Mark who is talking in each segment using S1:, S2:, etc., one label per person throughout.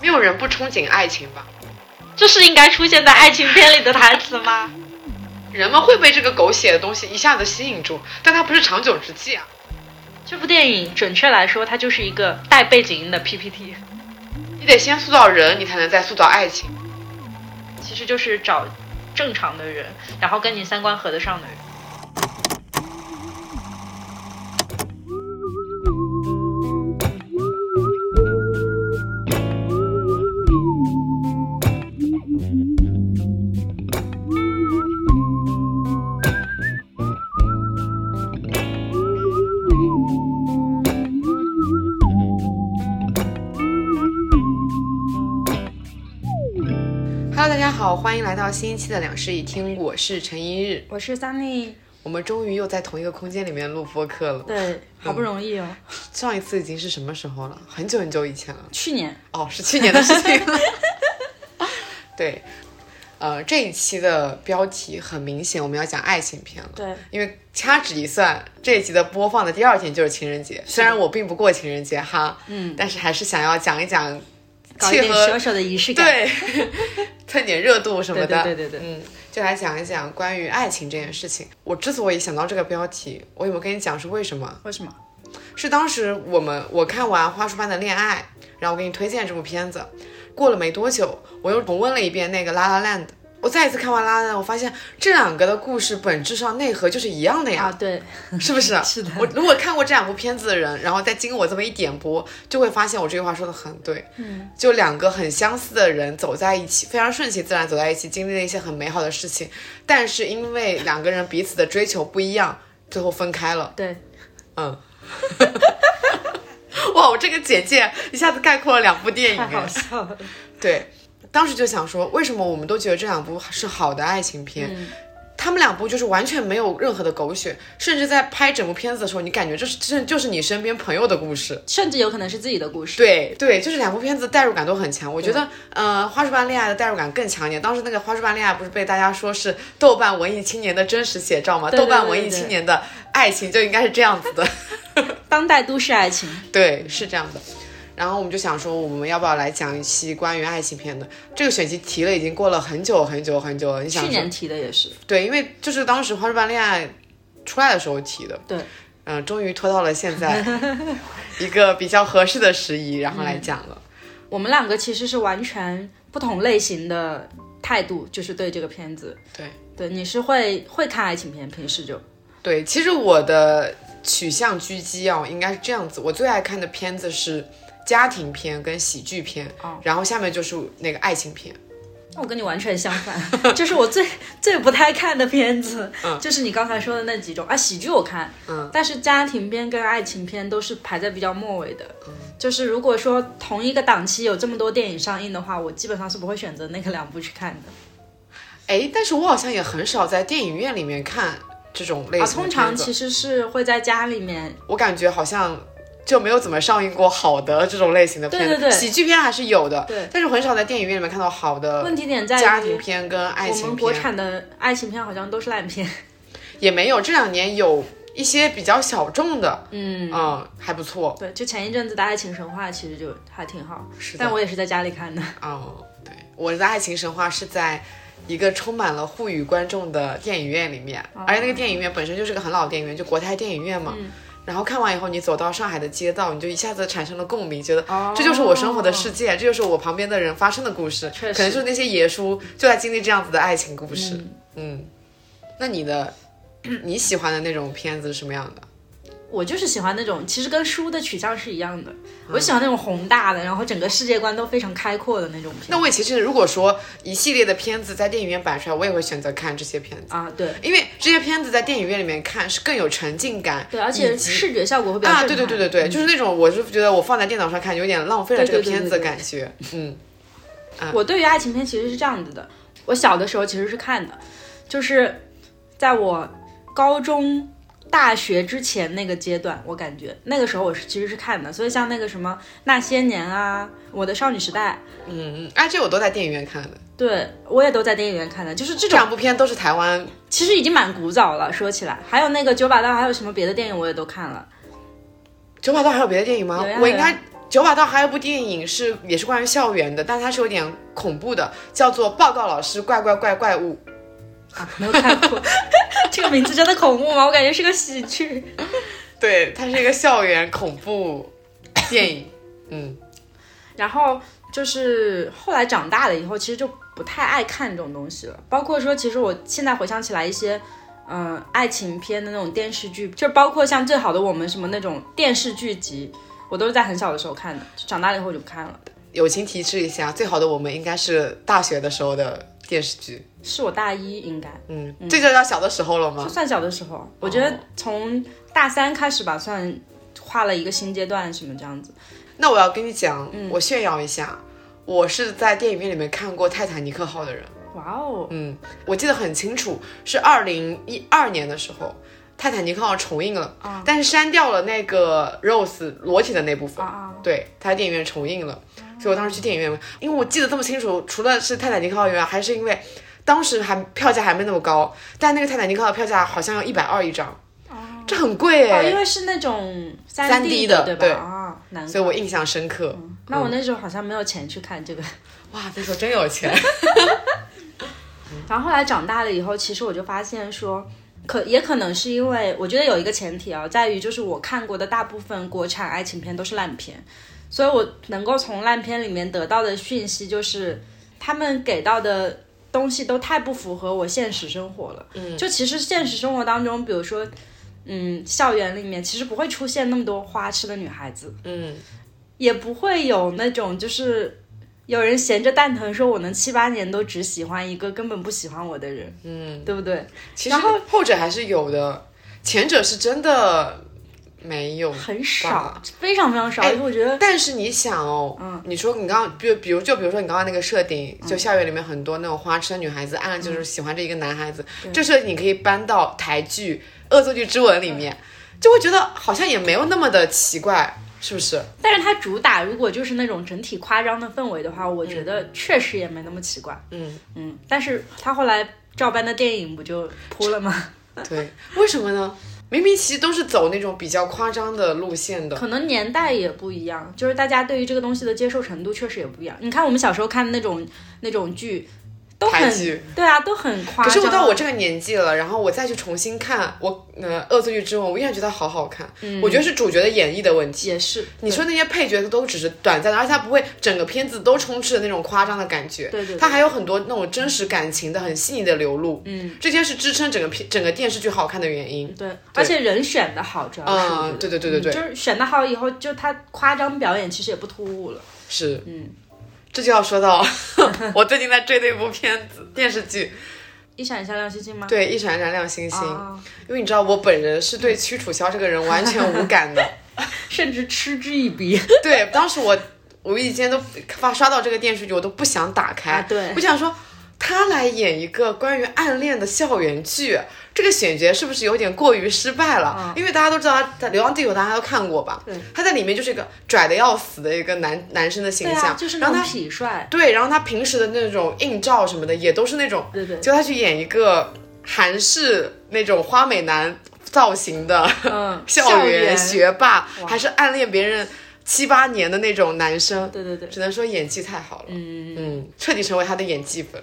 S1: 没有人不憧憬爱情吧？
S2: 这是应该出现在爱情片里的台词吗？
S1: 人们会被这个狗血的东西一下子吸引住，但它不是长久之计啊。
S2: 这部电影准确来说，它就是一个带背景音的 PPT，
S1: 你得先塑造人，你才能再塑造爱情。
S2: 其实就是找正常的人，然后跟你三观合得上的人。
S1: Hello，大家好，欢迎来到新一期的两室一厅，我是陈一日。
S2: 我是三丽，
S1: 我们终于又在同一个空间里面录播客了。
S2: 对，好不容易哦，
S1: 上一次已经是什么时候了？很久很久以前了。
S2: 去年
S1: 哦，是去年的事 情。对，呃，这一期的标题很明显，我们要讲爱情片了。
S2: 对，
S1: 因为掐指一算，这一集的播放的第二天就是情人节。虽然我并不过情人节哈，
S2: 嗯，
S1: 但是还是想要讲一讲
S2: 搞一
S1: 契
S2: 点啊
S1: 合
S2: 小小的仪式感。
S1: 对，蹭点热度什么的。
S2: 对对对对对
S1: 嗯，就来讲一讲关于爱情这件事情。我之所以想到这个标题，我有没有跟你讲是为什么？
S2: 为什么？
S1: 是当时我们我看完《花束般的恋爱》，然后我给你推荐这部片子，过了没多久，我又重温了一遍那个《La La Land》。我再一次看完《La La Land》，我发现这两个的故事本质上内核就是一样的呀
S2: 啊，，对，
S1: 是不是？
S2: 是的
S1: 我如果看过这两部片子的人，然后再经我这么一点拨，就会发现我这句话说的很对。
S2: 嗯，
S1: 就两个很相似的人走在一起，非常顺其自然走在一起，经历了一些很美好的事情，但是因为两个人彼此的追求不一样，最后分开了。
S2: 对，
S1: 嗯，哇，我这个简介一下子概括了两部电影
S2: 嗯太好
S1: 哎。
S2: 笑 了。
S1: 对，当时就想说，为什么我们都觉得这两部是好的爱情片？
S2: 嗯
S1: 他们两部就是完全没有任何的狗血，甚至在拍整部片子的时候，你感觉这是这就是你身边朋友的故事。
S2: 甚至有可能是自己的故事。
S1: 对对，就是两部片子代入感都很强。我觉得，呃，《花束般恋爱》的代入感更强一点。当时那个《花束般恋爱》不是被大家说是豆瓣文艺青年的真实写照吗？
S2: 对对
S1: 豆瓣
S2: 对
S1: 文艺
S2: 对
S1: 青年的爱情就应该是这样子的。
S2: 当代都市爱情，
S1: 对，是这样的。然后我们就想说，我们要不要来讲一期关于爱情片的？这个选题提了已经过了很久很久很久了。你想
S2: 去
S1: 说
S2: 年提的也是。
S1: 对，因为就是当时《花束般恋爱》出来的时候提的，
S2: 对，
S1: 嗯、终于拖到了现在 一个比较合适的时宜，然后来讲了。
S2: 我们两个其实是完全不同类型的态度，就是对这个片子。
S1: 对
S2: 对，你是会会看爱情片，平时就
S1: 对，其实我的取向狙击啊，应该是这样子。我最爱看的片子是家庭片跟喜剧片，
S2: 哦
S1: 然后下面就是那个爱情片。
S2: 那我跟你完全相反， 就是我最最不太看的片子， 就是你刚才说的那几种啊，喜剧我看，
S1: 嗯，
S2: 但是家庭片跟爱情片都是排在比较末尾的。
S1: 嗯
S2: 就是如果说同一个档期有这么多电影上映的话，我基本上是不会选择那个两部去看的。
S1: 哎，但是我好像也很少在电影院里面看这种类
S2: 啊，
S1: 型的
S2: 通
S1: 片子。
S2: 常其实是会在家里面
S1: 我感觉好像就没有怎么上映过好的这种类型的片子，
S2: 对对对
S1: 喜剧片还是有的，
S2: 对，
S1: 但是很少在电影院里面看到好的
S2: 问题点在于
S1: 呃家庭片跟爱
S2: 我
S1: 情
S2: 们国
S1: 片，
S2: 产的爱情片好像都是烂片。
S1: 也没有。这两年有一些比较小众的，
S2: 嗯，
S1: 嗯，还不错，
S2: 对，就前一阵子的《爱情神话》其实就还挺好，
S1: 是的
S2: 但我也是在家里看的。
S1: 哦，对，我的爱情神话是在。一个充满了沪语观众的电影院里面，
S2: 哦
S1: 而且那个电影院本身就是个很老的电影院，就国泰电影院嘛。
S2: 嗯
S1: 然后看完以后，你走到上海的街道，你就一下子产生了共鸣，觉得
S2: 哦
S1: 这就是我生活的世界，这就是我旁边的人发生的故事。
S2: 确实
S1: 可能就是那些野叔就在经历这样子的爱情故事。嗯，那你的你喜欢的那种片子是什么样的？
S2: 我就是喜欢那种，其实跟书的取向是一样的。
S1: 嗯
S2: 我喜欢那种宏大的，然后整个世界观都非常开阔的那种片。
S1: 那我也其实如果说一系列的片子在电影院摆出来，我也会选择看这些片子，
S2: 啊，对
S1: 因为这些片子在电影院里面看是更有沉浸感，
S2: 对，而且
S1: 以及
S2: 视觉效果会比较
S1: 啊，对
S2: 震撼。
S1: 对对对对，就是那种我是觉得我放在电脑上看有点浪费了这
S2: 对
S1: 个
S2: 对对
S1: 片子的
S2: 对对
S1: 感觉，嗯，
S2: 我对于爱情片其实是这样子的，我小的时候其实是看的，就是在我高中大学之前那个阶段，我感觉那个时候我是其实是看的，所以像那个什么那些年啊，我的少女时代，
S1: 嗯嗯，哎，这我都在电影院看的，
S2: 对我也都在电影院看的，就是这
S1: 这
S2: 种
S1: 两部片都是台湾，
S2: 其实已经蛮古早了。说起来，还有那个九把刀，还有什么别的电影我也都看了。
S1: 九把刀还有别的电影吗
S2: 有呀？
S1: 我应
S2: 有
S1: 该
S2: 呀
S1: 九把刀还有一部电影是也是关于校园的，但它是有点恐怖的，叫做《报告老师怪怪怪怪物》。
S2: 啊，没有看过， 这个名字真的恐怖吗？我感觉是个喜剧。
S1: 对，它是一个校园恐怖电影。嗯，
S2: 然后就是后来长大了以后，其实就不太爱看这种东西了。包括说，其实我现在回想起来一些，嗯、爱情片的那种电视剧，就包括像《最好的我们》什么那种电视剧集，我都是在很小的时候看的，就长大了以后就不看了。
S1: 友情提示一下，《最好的我们》应该是大学的时候的电视剧。
S2: 是我大一应该
S1: 嗯，这就叫小的时候了
S2: 就
S1: 吗？
S2: 算小的时
S1: 哦
S2: 候，我觉得从大三开始吧，算画了一个新阶段什么这样子。
S1: 那我要跟你讲，
S2: 嗯
S1: 我炫耀一下，我是在电影院里面看过《泰坦尼克号》的人。
S2: 哇哦，
S1: 嗯，我记得很清楚，是二零一二年的时候，《泰坦尼克号》重映了，
S2: 啊
S1: 但是删掉了那个 Rose 裸体的那部分。
S2: 啊哦
S1: 对，它在电影院重映了，所以我当时去电影院，因为我记得这么清楚，除了是《泰坦尼克号》以外，还是因为当时还票价还没那么高，但那个《泰坦尼克号》的票价好像要一百二一张，这很贵
S2: 哦，
S1: 哎、
S2: 因为是那种三
S1: 3D
S2: 的
S1: 的
S2: 对吧？
S1: 对
S2: 啊，难怪。
S1: 所以嗯我印象深刻。
S2: 那我那时候好像没有钱去看这个，
S1: 哇，那时候真有钱。
S2: 然后后来长大了以后，其实我就发现说，可也可能是因为我觉得有一个前提啊，在于就是我看过的大部分国产爱情片都是烂片，所以我能够从烂片里面得到的讯息就是他们给到的。东西都太不符合我现实生活了，嗯，就其实现实生活当中，比如说，嗯，校园里面其实不会出现那么多花痴的女孩子，
S1: 嗯，
S2: 也不会有那种就是有人闲着蛋疼说，我能七八年都只喜欢一个根本不喜欢我的人，嗯，对不对？
S1: 其实后者还是有的，前者是真的没有，
S2: 很少，非常非常
S1: 哎
S2: 少，因为我觉得
S1: 但是你想哦，你说你刚刚，比如比如就比如说你刚刚那个设定，就校园里面很多那种花痴的女孩子，暗暗就是喜欢着一个男孩子，这设定你可以搬到台剧《恶作剧之吻》里面，就会觉得好像也没有那么的奇怪，是不是？
S2: 但是它主打如果就是那种整体夸张的氛围的话，我觉得确实也没那么奇怪，
S1: 嗯
S2: 嗯。但是他后来照搬的电影不就扑了吗？
S1: 对，为什么呢？明明其实都是走那种比较夸张的路线的，
S2: 可能年代也不一样，就是大家对于这个东西的接受程度确实也不一样。你看我们小时候看的那种那种剧，都
S1: 台
S2: 很
S1: 剧
S2: 对啊，都很夸
S1: 可
S2: 张。
S1: 是我到我这个年纪了，然后我再去重新看我呃《恶作剧之吻》，我依然觉得好好看。我觉得是主角的演绎的问题。
S2: 嗯也是
S1: 你说那些配角都只是短暂的，而且它不会整个片子都充斥着那种夸张的感觉。
S2: 对对对
S1: 它还有很多那种真实感情的、很细腻的流露。嗯，这些是支撑整个片、整个电视剧好看的原因。
S2: 对，而且人选的好，主要是我觉
S1: 嗯，
S2: 得
S1: 对对对对对，
S2: 就是选的好以后，就他夸张表演其实也不突兀了。
S1: 是，嗯，这就要说到 我最近在追的一部片子电视剧，
S2: 一闪一闪亮星星 吗？
S1: 对《一闪一闪亮星星》
S2: 啊，
S1: 因为你知道我本人是对
S2: 嗯
S1: 屈楚萧这个人完全无感的。
S2: 甚至嗤之以鼻。
S1: 对，当时我无意间都发刷到这个电视剧，我都不想打开。
S2: 啊对
S1: 我想说他来演一个关于暗恋的校园剧，这个选角是不是有点过于失败了？因为大家都知道他在《流浪地球》，大家都看过吧？
S2: 嗯对，
S1: 他在里面就是一个拽的要死的一个男男生的形
S2: 对
S1: 象，
S2: 啊，就是
S1: 然
S2: 那
S1: 后
S2: 种
S1: 他。
S2: 痞帅。
S1: 对，然后他平时的那种映照什么的，也都是那种，
S2: 对对
S1: 就他去演一个韩式那种花美男造型的，，
S2: 嗯
S1: 校园学霸，还是暗恋别人七八年的那种男生，
S2: 对对对，
S1: 只能说演技太好了，嗯嗯，彻底成为他的演技 粉。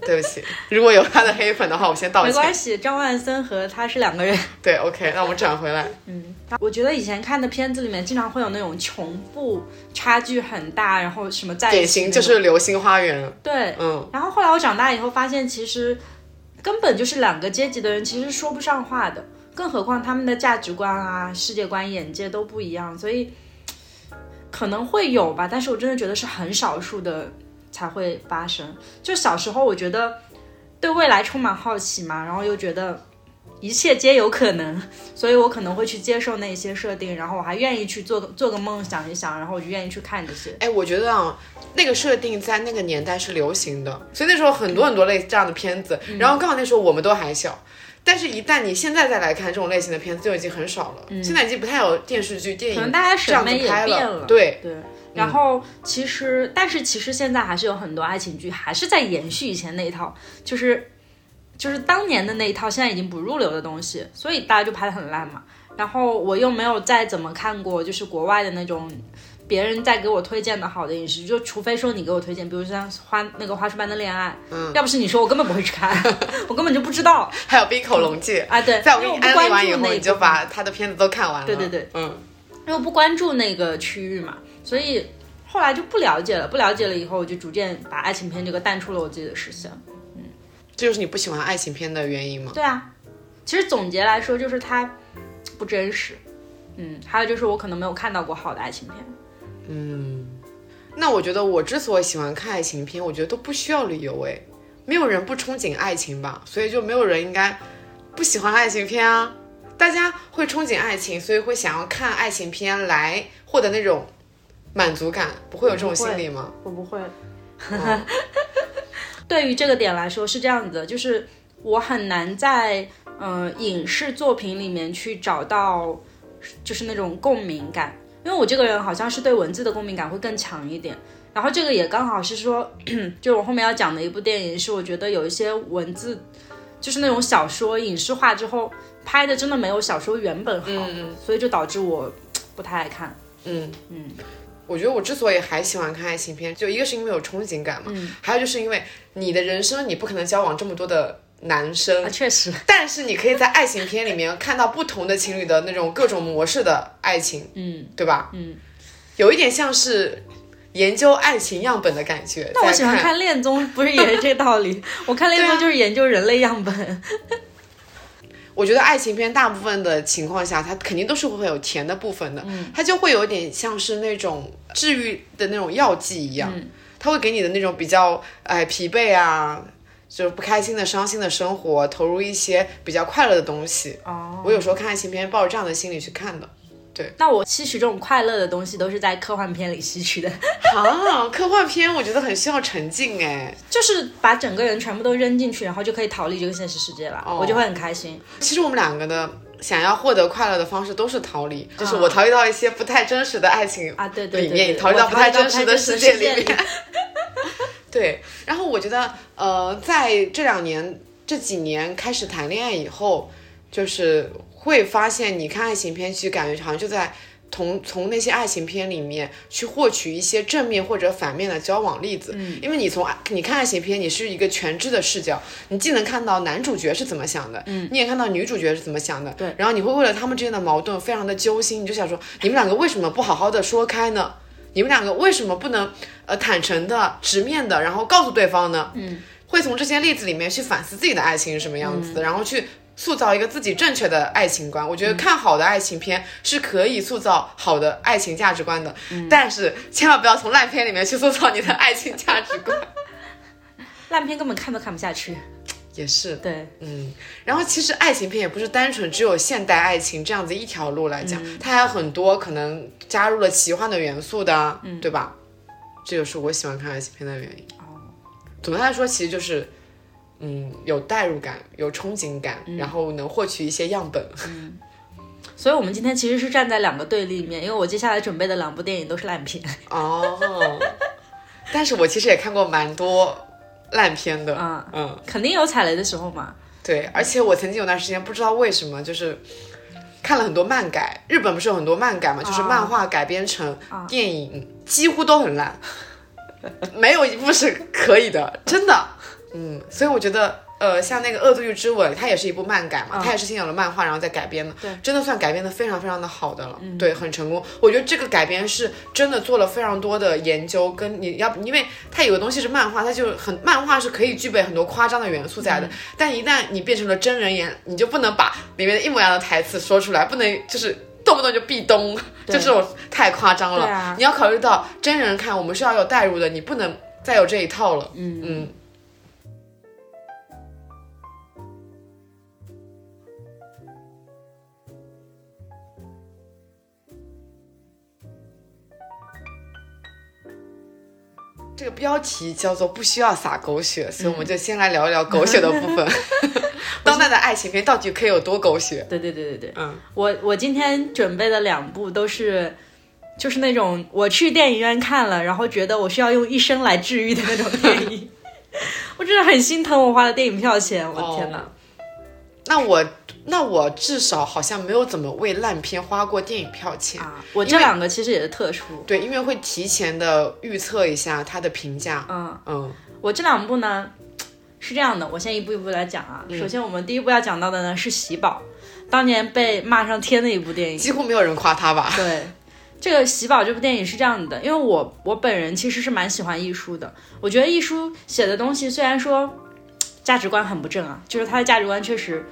S1: 对不起，如果有他的黑粉的话，我先道
S2: 没
S1: 歉
S2: 关。系，张万森和他是两个人。
S1: 对，OK，那我们转回来。
S2: 我觉得以前看的片子里面，经常会有那种穷富差距很大，然后什么在一
S1: 典
S2: 起
S1: 型
S2: 那
S1: 就
S2: 种
S1: 是《流星花园》，
S2: 对，
S1: 嗯，
S2: 然后后来我长大以后发现，其实根本就是两个阶级的人，其实说不上话的。更何况他们的价值观啊、世界观、眼界都不一样，所以可能会有吧。但是我真的觉得是很少数的才会发生。就小时候，我觉得对未来充满好奇嘛，然后又觉得一切皆有可能，所以我可能会去接受那些设定，然后我还愿意去做个做个梦想一想，然后我就愿意去看这些。
S1: 哎，我觉得啊，那个设定在那个
S2: 嗯
S1: 年代是流行的，所以那时候很多很多类这样的片子，然后刚好那时候我们都还小。但是，一旦你现在再来看这种类型的片子，就已经很少了。现在已经不太有电视剧、电影
S2: 嗯可能大家
S1: 这
S2: 审
S1: 样子
S2: 美也
S1: 拍
S2: 变
S1: 了。
S2: 了
S1: 对，嗯
S2: 对，然后其实，但是其实现在还是有很多爱情剧还是在延续以前那一套，就是就是当年的那一套，现在已经不入流的东西，所以大家就拍的很烂嘛。然后我又没有再怎么看过，就是国外的那种。别人在给我推荐的好的影视剧，就除非说你给我推荐，比如像花那个《花束般的恋爱》，嗯，要不是你说，我根本不会去看， 我根本就不知道
S1: 还有冰口龙介。
S2: 啊。对，
S1: 在我
S2: 因
S1: 给
S2: 为
S1: 你
S2: 我不
S1: 安利
S2: 关
S1: 完以
S2: 注那
S1: 后，
S2: 一
S1: 你就
S2: 部分
S1: 把他的片子都看完了。
S2: 对对对，
S1: 嗯，
S2: 因为不关注那个区域嘛，所以后来就不了解了。不了解了以后，我就逐渐把爱情片这个淡出了我自己的视线。
S1: 这就是你不喜欢爱情片的原因吗？
S2: 对啊，其实总结来说就是它不真实。嗯，还有就是我可能没有看到过好的爱情片。
S1: 那我觉得我之所以喜欢看爱情片，我觉得都不需要理由哎，没有人不憧憬爱情吧，所以就没有人应该不喜欢爱情片啊。大家会憧憬爱情，所以会想要看爱情片来获得那种满足感，不会有这种心理吗？
S2: 我不会。 对于这个点来说是这样子的，就是我很难在嗯、呃影视作品里面去找到就是那种共鸣感，因为我这个人好像是对文字的共鸣感会更强一点。然后这个也刚好是说， 就我后面要讲的一部电影，是我觉得有一些文字，就是那种小说影视化之后拍的，真的没有小说原本好，所以就导致我不太爱看。
S1: 嗯嗯，我觉得我之所以还喜欢看爱情片，就一个是因为有憧憬感嘛，还有就是因为你的人生你不可能交往这么多的男生，
S2: 啊，确实，
S1: 但是你可以在爱情片里面看到不同的情侣的那种各种模式的爱情，嗯，对吧？嗯，有一点像是研究爱情样本的感觉。
S2: 但我
S1: 在
S2: 喜欢看《恋综》，不是也是这道 理？我看《恋综》就是研究人类样本。
S1: 我觉得爱情片大部分的情况下，它肯定都是会有甜的部分的，它就会有点像是那种治愈的那种药剂一样，它会给你的那种比较哎疲惫啊，就是不开心的、伤心的生活，投入一些比较快乐的东西。
S2: 哦，
S1: 我有时候看爱情片，抱着这样的心理去看的。
S2: 那我吸取这种快乐的东西，都是在科幻片里吸取的，
S1: 啊，科幻片我觉得很需要沉浸哎。
S2: 就是把整个人全部都扔进去，然后就可以逃离这个现实世界了，
S1: 哦
S2: 我就会很开心。
S1: 其实我们两个的想要获得快乐的方式都是逃离，就是我逃离到一些不太真实的爱情
S2: 啊对对
S1: 里
S2: 对
S1: 面，
S2: 对
S1: 你逃离
S2: 我
S1: 到
S2: 逃
S1: 不
S2: 离
S1: 太
S2: 到
S1: 真
S2: 不
S1: 实
S2: 太
S1: 的
S2: 真实
S1: 世
S2: 的
S1: 界
S2: 世界
S1: 里
S2: 里
S1: 面。 对，然后我觉得呃，在这两年这几年开始谈恋爱以后，就是会发现你看爱情片去，感觉好像就在。从从那些爱情片里面去获取一些正面或者反面的交往例子，嗯、因为你从爱你看爱情片，你是一个全知的视角，你既能看到男主角是怎么想的，嗯，你也看到女主角是怎么想的，
S2: 对
S1: 然后你会为了他们之间的矛盾非常的揪心，你就想说，你们两个为什么不好好的说开呢？你们两个为什么不能呃坦诚的、直面的，然后告诉对方呢？嗯，会从这些例子里面去反思自己的爱情是什么样子的，然后去塑造一个自己正确的爱情观。我觉得看好的爱情片是可以塑造好的爱情价值观的，但是千万不要从烂片里面去塑造你的爱情价值观。
S2: 烂片根本看都看不下去。
S1: 也是，
S2: 对，
S1: 嗯，然后其实爱情片也不是单纯只有现代爱情这样子一条路来讲，它还有很多可能加入了奇幻的元素的啊，对吧？这就是我喜欢看爱情片的原因。总的来说，其实就是，嗯，有代入感，有憧憬感，然后能获取一些样本。
S2: 所以我们今天其实是站在两个对立面，因为我接下来准备的两部电影都是烂片。
S1: 哦，但是我其实也看过蛮多烂片的，
S2: 啊
S1: 嗯，
S2: 肯定有踩雷的时候嘛，
S1: 对，而且我曾经有段时间不知道为什么，就是看了很多漫改，日本不是有很多漫改嘛，就是漫画改编成电影，几乎都很烂，没有一部是可以的，真的。嗯，所以我觉得，呃，像那个《恶作剧之吻》，它也是一部漫改嘛，它也是先有了漫画，然后再改编的，嗯对，嗯真的算改编的非常非常的好的了，对，很成功。我觉得这个改编是真的做了非常多的研究，跟你要，因为它有的东西是漫画，它就很漫画是可以具备很多夸张的元素在的，但一旦你变成了真人演，你就不能把里面的一模一样的台词说出来，不能就是动不动就壁咚，就这种太夸张了。
S2: 对啊
S1: 你要考虑到真人看，我们是要有代入的，你不能再有这一套了。嗯嗯。这个标题叫做“不需要撒狗血”，所以我
S2: 嗯
S1: 们就先来聊一聊狗血的部 分。当代的爱情片到底可以有多狗血？
S2: 对对对对对，
S1: 嗯，
S2: 我我今天准备的两部都是，就是那种我去电影院看了，然后觉得我需要用一生来治愈的那种电影。 我真的很心疼我花的电影票钱，我的天哪！
S1: 那我那我至少好像没有怎么为烂片花过电影票钱。
S2: 啊，我这两个其实也是特殊。
S1: 对，因为会提前的预测一下它的评价。
S2: 嗯，
S1: 嗯，
S2: 我这两部呢是这样的，我先一步一步来讲啊。首先，我们第一部要讲到的呢是《喜宝》，当年被骂上天的一部电影。
S1: 几乎没有人夸它吧？
S2: 对，这个《喜宝》这部电影是这样的，因为我我本人其实是蛮喜欢易舒的，我觉得易舒写的东西虽然说价值观很不正啊，就是他的价值观确实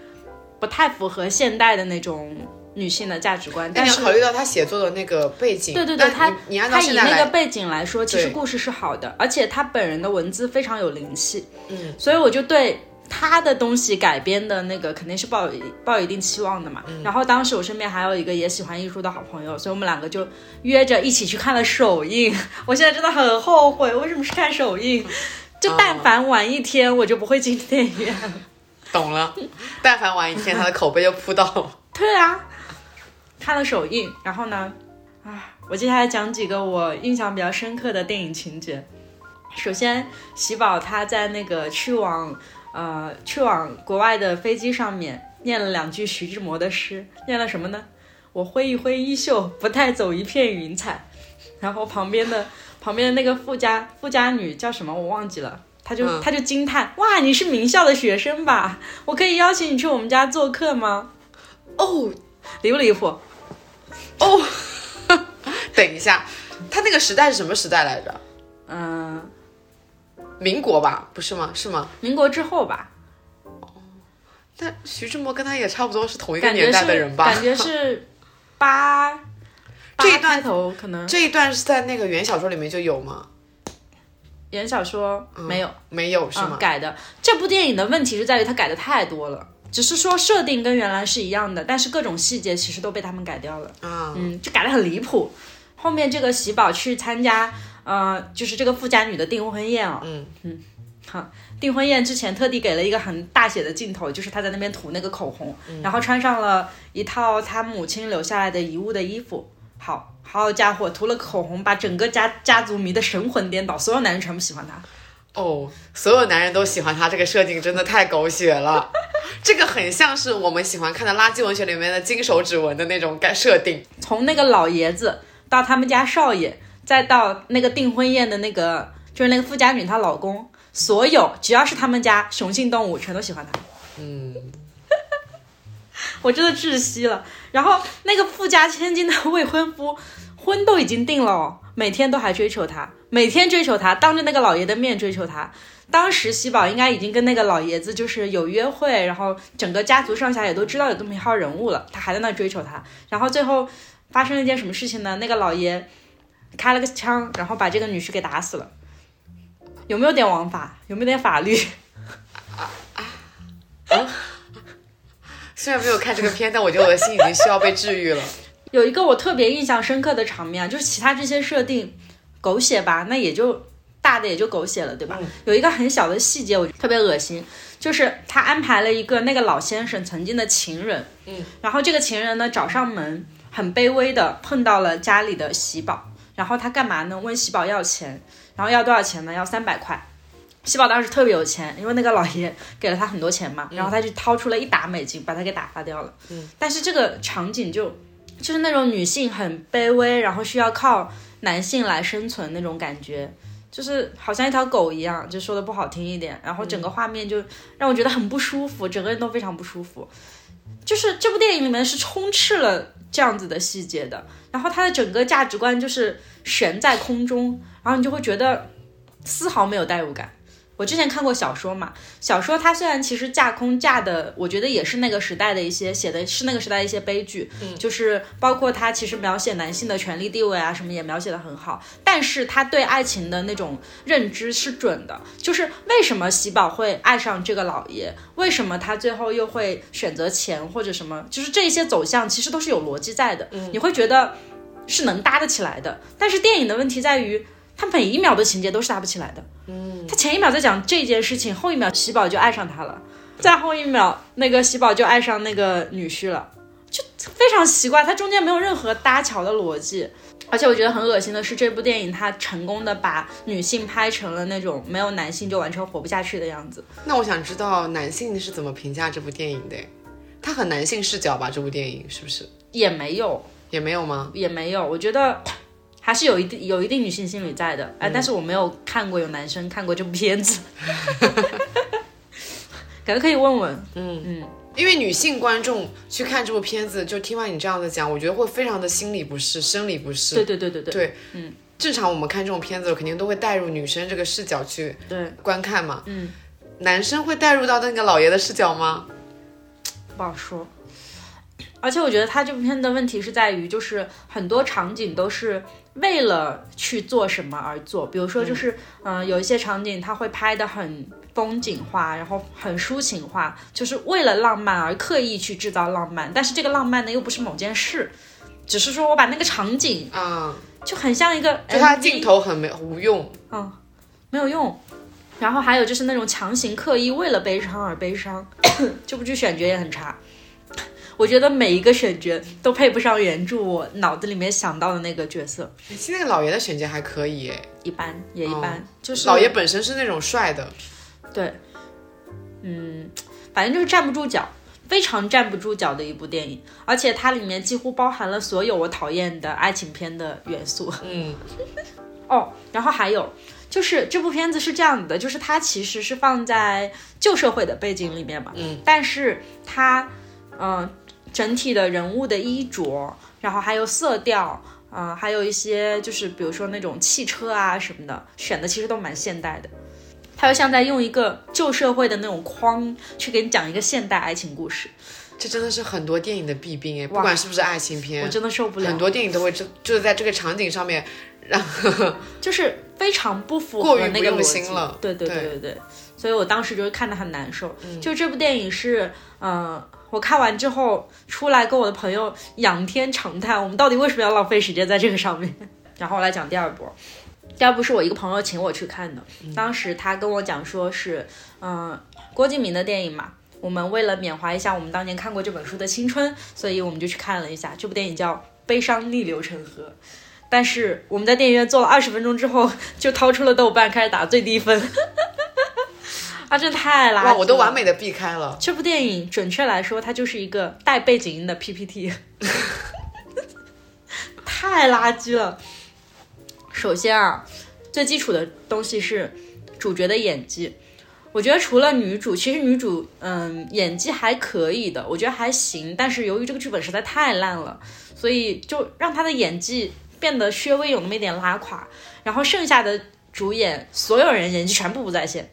S2: 不太符合现代的那种女性的价值观，
S1: 但哎
S2: 但
S1: 你要
S2: 是
S1: 考虑到他写作的那个背景。
S2: 对对
S1: 那
S2: 对，
S1: 你
S2: 他
S1: 你按照
S2: 他以
S1: 现在
S2: 那个
S1: 来，
S2: 背景来说，其实
S1: 对
S2: 故事是好的，而且他本人的文字非常有灵气，
S1: 嗯，
S2: 所以我就对。他的东西改编的那个肯定是抱有抱有一定期望的嘛。
S1: 嗯
S2: 然后当时我身边还有一个也喜欢艺术的好朋友，所以我们两个就约着一起去看了首映。 我现在真的很后悔，为什么是看首映？
S1: 嗯
S2: 就但凡晚一天，我就不会进电影院了。
S1: 懂了。但凡玩一天，他的口碑就扑到了。
S2: 对啊，看了首映，然后呢，啊，我接下来讲几个我印象比较深刻的电影情节。首先，喜宝他在那个去往呃去往国外的飞机上面念了两句徐志摩的诗，念了什么呢？我挥一挥衣袖，不带走一片云彩。 然后旁边的旁边的那个富家富家女叫什么我忘记了，她就、
S1: 嗯
S2: 她就惊叹：哇，你是名校的学生吧？我可以邀请你去我们家做客吗？
S1: 哦，
S2: 离不离谱？
S1: 等一下，他那个时代是什么时代来着？
S2: 嗯、
S1: 民国吧？不是吗？是吗？
S2: 民国之后吧，
S1: 但徐志摩跟他也差不多是同一个
S2: 感觉
S1: 年代
S2: 是
S1: 的人吧？
S2: 感 觉是八
S1: 这一
S2: 八嗯
S1: 段
S2: 开头可能
S1: 这一段是在那个原小说里面就有吗？
S2: 原小说没有、
S1: 嗯没有是
S2: 嗯、
S1: 吗？
S2: 改的。这部电影的问题是在于它改的太多了，只是说设定跟原来是一样的，但是各种细节其实都被他们改掉了。
S1: 啊，
S2: 嗯，就改得很离谱。后面这个喜宝去参加，呃，就是这个富家女的订婚宴哦。
S1: 嗯
S2: 好，订婚宴之前特地给了一个很大写的镜头，就是她在那边涂那个口红，然后穿上了一套她母亲留下来的遗物的衣服。好，好家伙，涂了口红，把整个家家族迷得神魂颠倒，所有男人全部喜欢她。
S1: 哦，所有男人都喜欢他这个设定，真的太狗血 了。这个很像是我们喜欢看的垃圾文学里面的金手指纹的那种感设定。
S2: 从那个老爷子到他们家少爷，再到那个订婚宴的那个，就是那个富家女她老公，所有只要是他们家雄性动物，全都喜欢她。
S1: 嗯，
S2: 我真的窒息了。然后那个富家千金的 未婚夫，婚都已经定了、哦，每天都还追求她，每天追求她，当着那个老爷的面追求她。当时喜宝应该已经跟那个老爷子就是有约会，然后整个家族上下也都知道有这么一号人物了，他还在那追求她。然后最后发生了一件什么事情呢？那个老爷开了个枪，然后把这个女婿给打死了。有没有点王法？有没有点法律？
S1: 虽然没有看这个片，但我觉得我的心已经需要被治 愈了。
S2: 有一个我特别印象深刻的场面啊，就是其他这些设定狗血吧，那也就大的也就狗血了，对吧？有一个很小的细节我特别恶心，就是他安排了一个那个老先生曾经的情人，嗯，然后这个情人呢找上门，很卑微的碰到了家里的喜宝，然后他干嘛呢？问喜宝要钱，然后要多少钱呢？要三百块。喜宝当时特别有钱，因为那个老爷给了他很多钱嘛，然后他就掏出了一沓美金，把他给打发掉了。嗯，但是这个场景就就是那种女性很卑微，然后需要靠男性来生存那种感觉，就是好像一条狗一样，就说的不好听一点，然后整个画面就让我觉得很不舒服，整个人都非常不舒服。就是这部电影里面是充斥了这样子的细节的，然后它的整个价值观就是悬在空中，然后你就会觉得丝毫没有代入感。我之前看过小说嘛，小说它虽然其实架空架的，我觉得也是那个时代的一些写的是那个时代的一些悲剧，就是包括他其实描写男性的权力地位啊什么也描写的很好，但是他对爱情的那种认知是准的，就是为什么喜宝会爱上这个老爷，为什么他最后又会选择钱或者什么，就是这一些走向其实都是有逻辑在的，你会觉得是能搭得起来的。但是电影的问题在于，他每一秒的情节都是搭不起来的。嗯，他前一秒在讲这件事情，后一秒喜宝就爱上他了，再后一秒那个喜宝就爱上那个女婿了，就非常奇怪，它中间没有任何搭桥的逻辑。而且我觉得很恶心的是，这部电影它成功的把女性拍成了那种没有男性就完全活不下去的样子。
S1: 那我想知道男性是怎么评价这部电影的？它很男性视角吧？这部电影是不是
S2: 也没有，
S1: 也没有吗？
S2: 也没有，我觉得还是有一定有一定女性心理在的。哎、但是我没有看过有男生看过这部片子， 感觉可以问问。
S1: 因为女性观众去看这部片子，就听完你这样子讲，我觉得会非常的心理不适、生理不适。
S2: 对对对对对
S1: 对正常我们看这种片子，肯定都会带入女生这个视角去
S2: 对，
S1: 观看嘛。
S2: 嗯，
S1: 男生会带入到那个老爷的视角吗？
S2: 不好说。而且我觉得他这部片的问题是在于，就是很多场景都是为了去做什么而做，比如说就是，嗯、有一些场景他会拍的很风景化，然后很抒情化，就是为了浪漫而刻意去制造浪漫，但是这个浪漫呢又不是某件事，只是说我把那个场景
S1: 啊、
S2: 就很像一个，
S1: 就他镜头很没无用。
S2: 嗯没有用。然后还有就是那种强行刻意为了悲伤而悲伤， 这部剧选角也很差。我觉得每一个选角都配不上原著，我脑子里面想到的那个角色，
S1: 其实那个老爷的选角还可以耶，
S2: 一般也一般，就是
S1: 哦老爷本身是那种帅的，
S2: 对，嗯，反正就是站不住脚，非常站不住脚的一部电影，而且它里面几乎包含了所有我讨厌的爱情片的元素。
S1: 嗯，
S2: 哦，然后还有就是这部片子是这样的，就是它其实是放在旧社会的背景里面嘛，
S1: 嗯，
S2: 但是它，嗯、整体的人物的衣着，然后还有色调。嗯、还有一些就是，比如说那种汽车啊什么的，选的其实都蛮现代的。它又像在用一个旧社会的那种框去给你讲一个现代爱情故事，
S1: 这真的是很多电影的弊病哎，不
S2: 哇
S1: 管是不是爱情
S2: 我
S1: 片，
S2: 真的受不了。
S1: 很多电影都会就就是在这个场景上面
S2: 就是非常不符
S1: 过于
S2: 合
S1: 不
S2: 那个
S1: 用
S2: 逻
S1: 心
S2: 辑
S1: 了
S2: 对对对
S1: 对嗯
S2: 对对，所以我当时就是看的很难受。就这部电影是，嗯，我看完之后出来跟我的朋友仰天长叹，我们到底为什么要浪费时间在这个上面？然后我来讲第二部。第二部是我一个朋友请我去看的，
S1: 嗯
S2: 当时他跟我讲说是，嗯、郭敬明的电影嘛，我们为了缅怀一下我们当年看过这本书的青春，所以我们就去看了一下这部电影叫《悲伤逆流成河》，但是我们在电影院坐了二十分钟之后，就掏出了豆瓣开始打最低分， 啊，真的太垃 圾
S1: 哇，
S2: 了！
S1: 我都完美的避开了。
S2: 这部电影准确来说，它就是一个带背景音的 PPT，太垃圾了。首先啊，最基础的东西是主角的演技。我觉得除了女主，其实女主嗯演技还可以的，我觉得还行。但是由于这个剧本实在太烂了，所以就让她的演技变得稍微有那么一点拉垮。然后剩下的主演所有人演技全部不在线，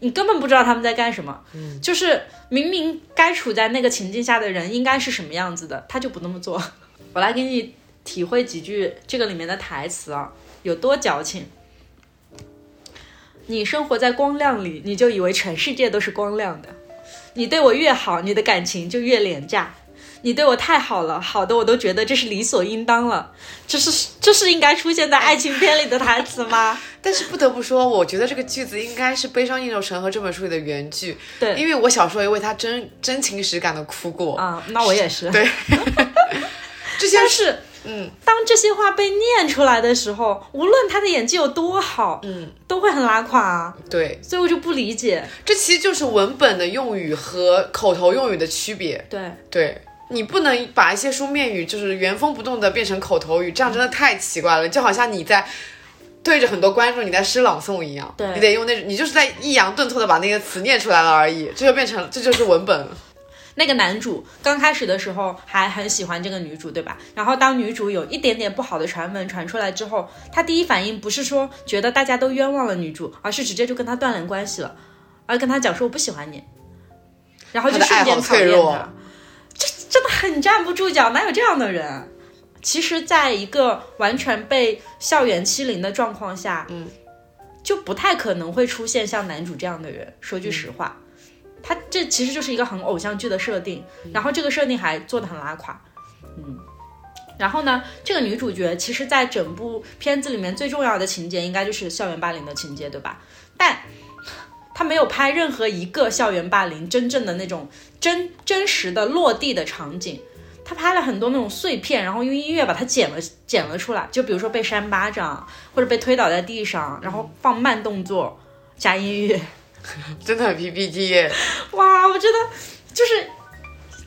S2: 你根本不知道他们在干什么。就是明明该处在那个情境下的人应该是什么样子的，他就不那么做。 我来给你体会几句这个里面的台词啊，有多矫情。你生活在光亮里，你就以为全世界都是光亮的。你对我越好，你的感情就越廉价。你对我太好了，好的我都觉得这是理所应当了。这是这是应该出现在爱情片里的台词吗？
S1: 但是不得不说，我觉得这个句子应该是《悲伤逆流成河》这本书里的原句。
S2: 对
S1: 因为我小时候也为他真真情实感的哭过。
S2: 啊，那我也是。
S1: 对，这些
S2: 但
S1: 是
S2: 是，嗯，当这些话被念出来的时候，无论他的演技有多好，嗯，都会很拉垮啊。
S1: 对，
S2: 所以我就不理解，
S1: 这其实就是文本的用语和口头用语的区别。
S2: 对，
S1: 对。你不能把一些书面语就是原封不动的变成口头语，这样真的太奇怪了。就好像你在对着很多观众你在诗朗诵一样，
S2: 对
S1: 你得用那，你就是在抑扬顿挫的把那些词念出来了而已，这就变成这就是文本了。
S2: 那个男主刚开始的时候还很喜欢这个女主，对吧？然后当女主有一点点不好的传闻传出来之后，他第一反应不是说觉得大家都冤枉了女主，而是直接就跟她断联关系了，而跟她讲说我不喜欢你，然后就
S1: 他的爱
S2: 瞬
S1: 好
S2: 间讨厌
S1: 脆弱
S2: 她，这真的很站不住脚，哪有这样的人？其实，在一个完全被校园欺凌的状况下，嗯，就不太可能会出现像男主这样的人。说句实话，他这其实就是一个很偶像剧的设定，然后这个设定还做的很拉垮，嗯。然后呢，这个女主角其实，在整部片子里面最重要的情节，应该就是校园霸凌的情节，对吧？但她没有拍任何一个校园霸凌真正的那种真真实的落地的场景，她拍了很多那种碎片，然后用音乐把它剪了剪了出来。就比如说被扇巴掌，或者被推倒在地上，然后放慢动作加音乐。
S1: 真的很 PPT 耶，
S2: 哇，我觉得就是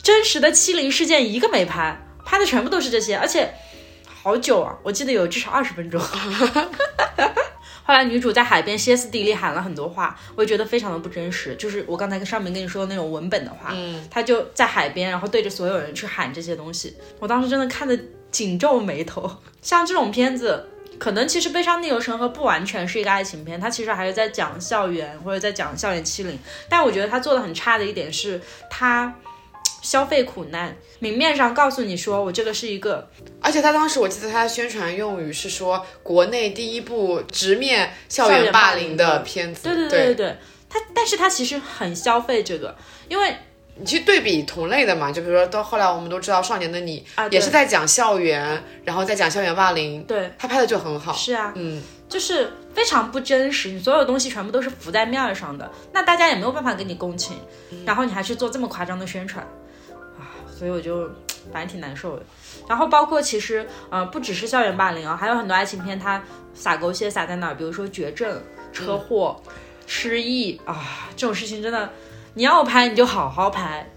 S2: 真实的欺凌事件一个没拍，拍的全部都是这些，而且好久啊，我记得有至少二十分钟。 后来女主在海边歇斯底里喊了很多话，我也觉得非常的不真实，就是我刚才跟上面跟你说的那种文本的话，
S1: 嗯，
S2: 她就在海边，然后对着所有人去喊这些东西，我当时真的看得紧皱眉头。像这种片子，可能其实《悲伤逆流成河》不完全是一个爱情片，它其实还是在讲校园或者在讲校园欺凌，但我觉得它做的很差的一点是它。消费苦难，明面上告诉你说我这个是一个
S1: 而且他当时我记得他的宣传用语是说，国内第一部直面校园霸凌的片子，
S2: 对对对对对，它但是它其实很消费这个，因为
S1: 你去对比同类的嘛，就比如说到后来我们都知道《少年的你
S2: 啊》
S1: 也是在讲校园，然后再讲校园霸凌，
S2: 对
S1: 他拍的就很好，
S2: 是啊，
S1: 嗯，
S2: 就是非常不真实，你所有东西全部都是浮在面儿上的，那大家也没有办法跟你共情，
S1: 嗯
S2: 然后你还去做这么夸张的宣传，啊，所以我就反正挺难受的。然后包括其实呃，不只是校园霸凌啊，还有很多爱情片它撒狗血撒在哪儿，比如说绝
S1: 嗯
S2: 症、车祸、失忆啊这种事情，真的你要拍你就好好拍，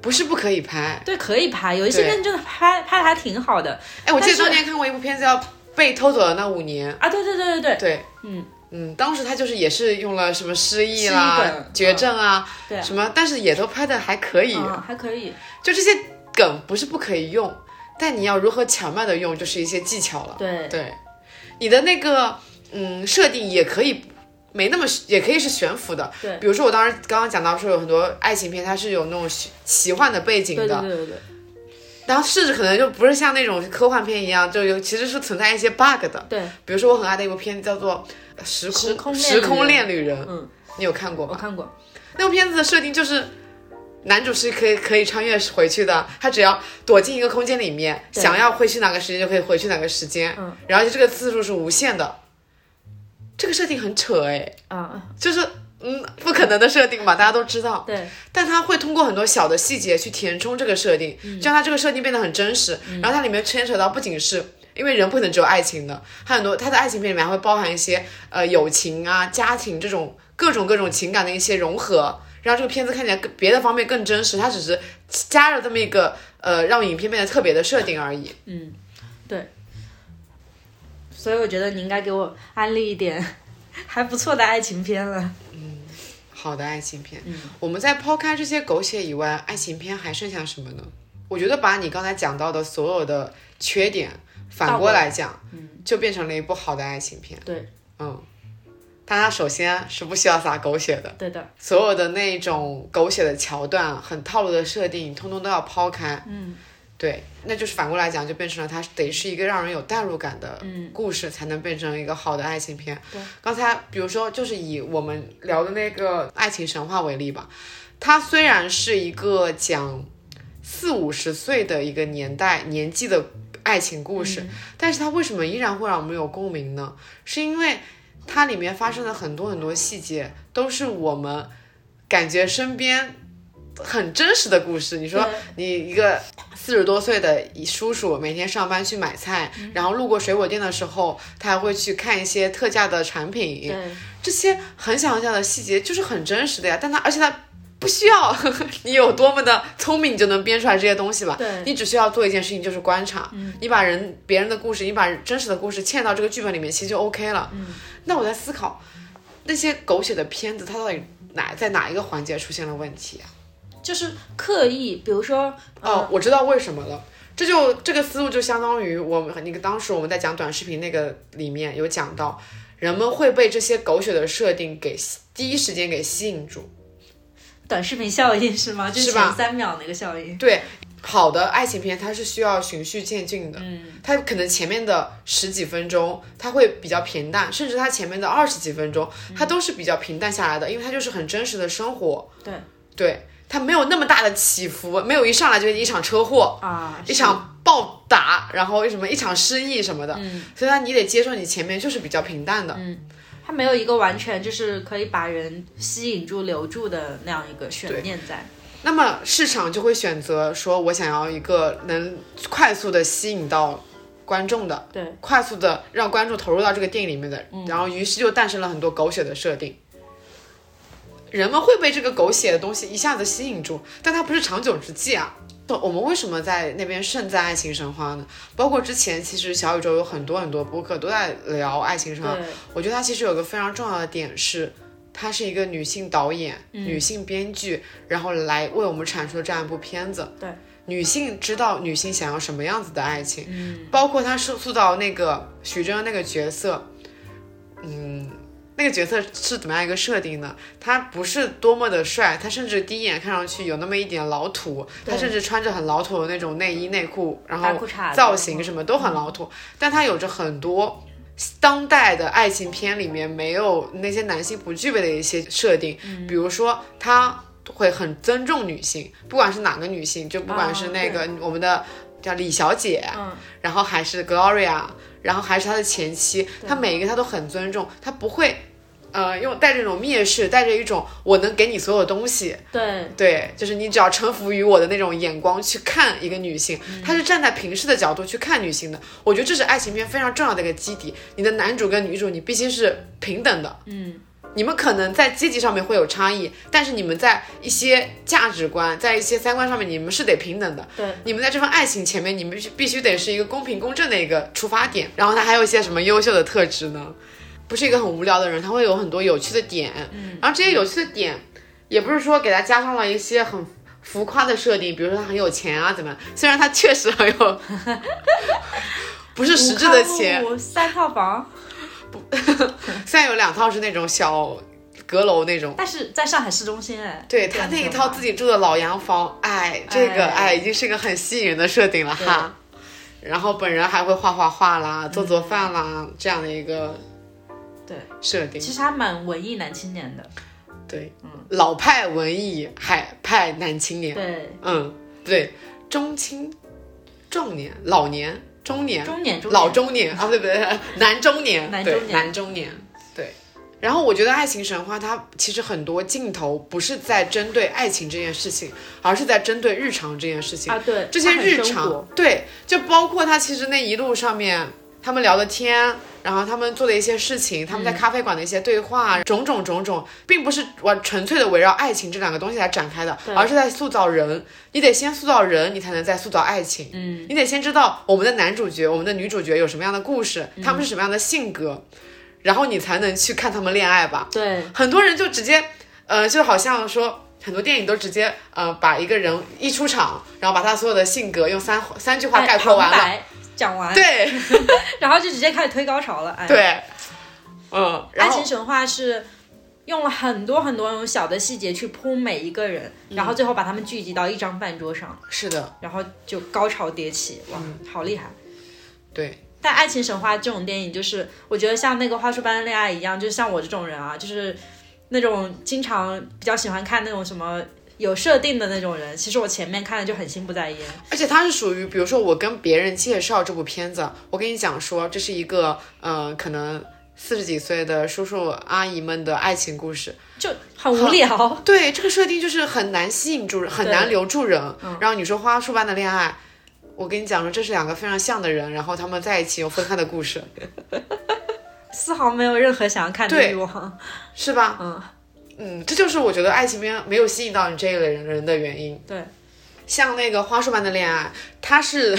S1: 不是不可以拍。
S2: 对，可以拍，有一些
S1: 对
S2: 片真的拍拍的还挺好的
S1: 哎，我记
S2: 但
S1: 得
S2: 是
S1: 当年看过一部片子叫《被偷走的那五年》，
S2: 啊，对对对对对，
S1: 对，
S2: 嗯
S1: 嗯，当时他就是也是用了什么失忆
S2: 失忆
S1: 啦
S2: 梗、
S1: 绝症啊，
S2: 对
S1: 什么，但是也都拍的还可以，
S2: 嗯，还可以。
S1: 就这些梗不是不可以用，但你要如何巧妙的用，就是一些技巧了。
S2: 对
S1: 对，你的那个嗯设定也可以没那么也可以是悬浮的。
S2: 对
S1: 比如说我当时刚刚讲到说有很多爱情片，它是有那种奇奇幻的背景的，
S2: 对对对对对
S1: 然后甚至可能就不是像那种科幻片一样，就有其实是存在一些 bug 的。
S2: 对，
S1: 比如说我很爱的一部片叫做《时空
S2: 时空恋
S1: 时空
S2: 旅
S1: 恋旅人》，
S2: 嗯，
S1: 你有看过
S2: 我
S1: 吗？
S2: 看过。
S1: 那部片子的设定就是，男主是可以可以穿越回去的，他只要躲进一个空间里面，
S2: 对
S1: 想要回去哪个时间就可以回去哪个时间，
S2: 嗯
S1: 然后就这个次数是无限的。这个设定很扯哎，
S2: 啊，
S1: 就是嗯不可能的设定嘛，大家都知道。
S2: 对
S1: 但他会通过很多小的细节去填充这个设定，就让它这个设定变得很真实。然后它里面牵扯到不仅是。因为人不能只有爱情的，它很多它的爱情片里面还会包含一些呃友情啊、家庭这种各种各种情感的一些融合，让这个片子看起来更别的方面更真实。它只是加了这么一个呃让影片变得特别的设定而已。
S2: 对，所以我觉得你应该给我安利一点 还不错的爱情片了。
S1: 好的爱情
S2: 嗯
S1: 片，我们在抛开这些狗血以外，爱情片还剩下什么呢？我觉得把你刚才讲到的所有的缺点反过来讲，就变成了一部好的爱情片。
S2: 嗯对
S1: 嗯，但它首先是不需要撒狗血的，
S2: 对的，
S1: 所有的那种狗血的桥段、很套路的设定，通通都要抛开。
S2: 嗯，
S1: 对，那就是反过来讲，就变成了它得是一个让人有代入感的故事，才能变成一个好的爱情片。
S2: 对，
S1: 刚才比如说，就是以我们聊的那个爱情神话为例吧，它虽然是一个讲四五十岁的一个年代年纪的爱情故事，但是它为什么依然会让我们有共鸣呢？是因为它里面发生的很多很多细节，都是我们感觉身边很真实的故事。你说
S2: 对
S1: 你一个四十多岁的叔叔，每天上班去买菜，
S2: 嗯
S1: 然后路过水果店的时候，他还会去看一些特价的产品，
S2: 对
S1: 这些很小很小的细节就是很真实的呀。但他而且他。不需要 你有多么的聪明，你就能编出来这些东西吧？
S2: 对嗯
S1: 你只需要做一件事情，就是观察。你把人别人的故事，你把真实的故事嵌到这个剧本里面，其实就 OK 了。
S2: 嗯
S1: 那我在思考，那些狗血的片子，它到底哪在哪一个环节出现了问题啊？
S2: 就是刻意，比如说，
S1: 哦，我知道为什么了。这就这个思路就相当于我们那个当时我们在讲短视频那个里面有讲到，人们会被这些狗血的设定给吸第一时间给吸引住。
S2: 短视频效应是吗？就是
S1: 是吧
S2: 前三秒那个效应。
S1: 对，好的爱情片它是需要循序渐进的，嗯，它可能前面的十几分钟它会比较平淡，甚至它前面的二十几分钟
S2: 嗯
S1: 它都是比较平淡下来的，因为它就是很真实的生活，
S2: 对
S1: 对，它没有那么大的起伏，没有一上来就一场车祸，
S2: 啊，
S1: 一
S2: 是
S1: 场暴打，然后什么一场失忆什么的，
S2: 嗯
S1: 所以他你得接受你前面就是比较平淡的，
S2: 它没有一个完全就是可以把人吸引住、留住的那样一个悬念在。
S1: 那么市场就会选择说，我想要一个能快速的吸引到观众的，
S2: 对，
S1: 快速的让观众投入到这个电影里面的，然后于是就诞生了很多狗血的设定。人们会被这个狗血的东西一下子吸引住，但它不是长久之计啊。我们为什么在那边盛赞爱情神话呢？包括之前其实小宇宙有很多很多播客都在聊爱情神话，
S2: 对，
S1: 我觉得它其实有个非常重要的点是，她是一个女性导演、
S2: 嗯
S1: 女性编剧，然后来为我们产出了这样一部片子。
S2: 对，
S1: 女性知道女性想要什么样子的爱情，
S2: 嗯
S1: 包括她塑塑造那个徐峥那个角色，嗯。那个角色是怎么样一个设定呢？他不是多么的帅，他甚至第一眼看上去有那么一点老土，
S2: 对
S1: 他甚至穿着很老土的那种内衣内裤，然后
S2: 大裤衩子嗯
S1: 造型什么都很老土，但它有着很多当代的爱情片里面没有那些男性不具备的一些设定，比如说他会很尊重女性，不管是哪个女性，就不管是那个、我们的叫李小姐，
S2: 嗯
S1: 然后还是 Gloria，然后还是他的前妻，他每一个他都很尊重，他不会。呃，用带着一种蔑视，带着一种我能给你所有东西，
S2: 对，
S1: 对，就是你只要臣服于我的那种眼光去看一个女性，她是站在平视的角度去看女性的。我觉得这是爱情片非常重要的一个基底。你的男主跟女主，你必须是平等的。
S2: 嗯，
S1: 你们可能在阶级上面会有差异，但是你们在一些价值观、在一些三观上面，你们是得平等的。
S2: 对，
S1: 你们在这份爱情前面，你们必须必须得是一个公平公正的一个出发点。然后他还有一些什么优秀的特质呢？不是一个很无聊的人，他会有很多有趣的点。嗯，然后这些有趣的点，也不是说给他加上了一些很浮夸的设定，比如说他很有钱啊怎么样。虽然他确实很有，不是实质的钱，
S2: 五康路三套房，
S1: 虽然有两套是那种小阁楼那种。
S2: 但是在上海市中心哎，
S1: 对他那一套自
S2: 己
S1: 己住的老洋房，哎，这个
S2: 哎
S1: 哎已经是个很吸引人的设定了哈。然后本人还会画画画啦，做做饭啦，这样的一个
S2: 对，
S1: 设定。
S2: 其实还蛮文艺男青年的，
S1: 对，老派文艺海派男青年，
S2: 对，
S1: 嗯，对，中青壮年、老年、中年、
S2: 中年中
S1: 老
S2: 年
S1: 中年啊，不对不对，男中年，
S2: 男
S1: 对
S2: 中年
S1: 男中年，对。然后我觉得《爱情神话》它其实很多镜头不是在针对爱情这件事情，而是在针对日常这件事情。
S2: 啊，对，
S1: 这些
S2: 他很
S1: 日
S2: 生活
S1: 常，对，就包括他其实那一路上面他们聊的天，然后他们做的一些事情，他们在
S2: 嗯
S1: 咖啡馆的一些对话，啊种种种种，并不是完纯粹的围绕爱情这两个东西来展开的，而是在塑造人。你得先塑造人，你才能再塑造爱情。嗯，你得先知道我们的男主角、我们的女主角有什么样的故事，他
S2: 嗯
S1: 们是什么样的性格，然后你才能去看他们恋爱吧。
S2: 对，
S1: 很多人就直接，呃，就好像说很多电影都直接，呃，把一个人一出场，然后把他所有的性格用三三句话
S2: 哎
S1: 概括完
S2: 旁
S1: 了。
S2: 白讲完，
S1: 对
S2: 然后就直接开始推高潮了，哎，
S1: 对，嗯，然
S2: 爱
S1: 后
S2: 情神话是用了很多很多那种小的细节去铺每一个人，
S1: 嗯
S2: 然后最后把他们聚集到一张饭桌上，
S1: 是的，
S2: 然后就高潮迭起，哇，
S1: 嗯
S2: 好厉害！
S1: 对
S2: 但爱情神话这种电影，就是我觉得像那个花束般的恋爱一样，就像我这种人啊，就是那种经常比较喜欢看那种什么。有设定的那种人，其实我前面看的就很心不在焉。
S1: 而且它是属于，比如说我跟别人介绍这部片子，我跟你讲说这是一个，嗯、可能四十几岁的叔叔阿姨们的爱情故事，
S2: 就很无聊。
S1: 对，这个设定就是很难吸引住人，很难留住人。
S2: 嗯
S1: 然后你说花束般的恋爱，我跟你讲说，这是两个非常像的人，然后他们在一起有分开的故事，
S2: 丝毫没有任何想要看的
S1: 对
S2: 欲望。
S1: 是吧？
S2: 嗯，
S1: 嗯，这就是我觉得爱情片没有吸引到你这一类人的原因。
S2: 对，
S1: 像那个花束般的恋爱，它是，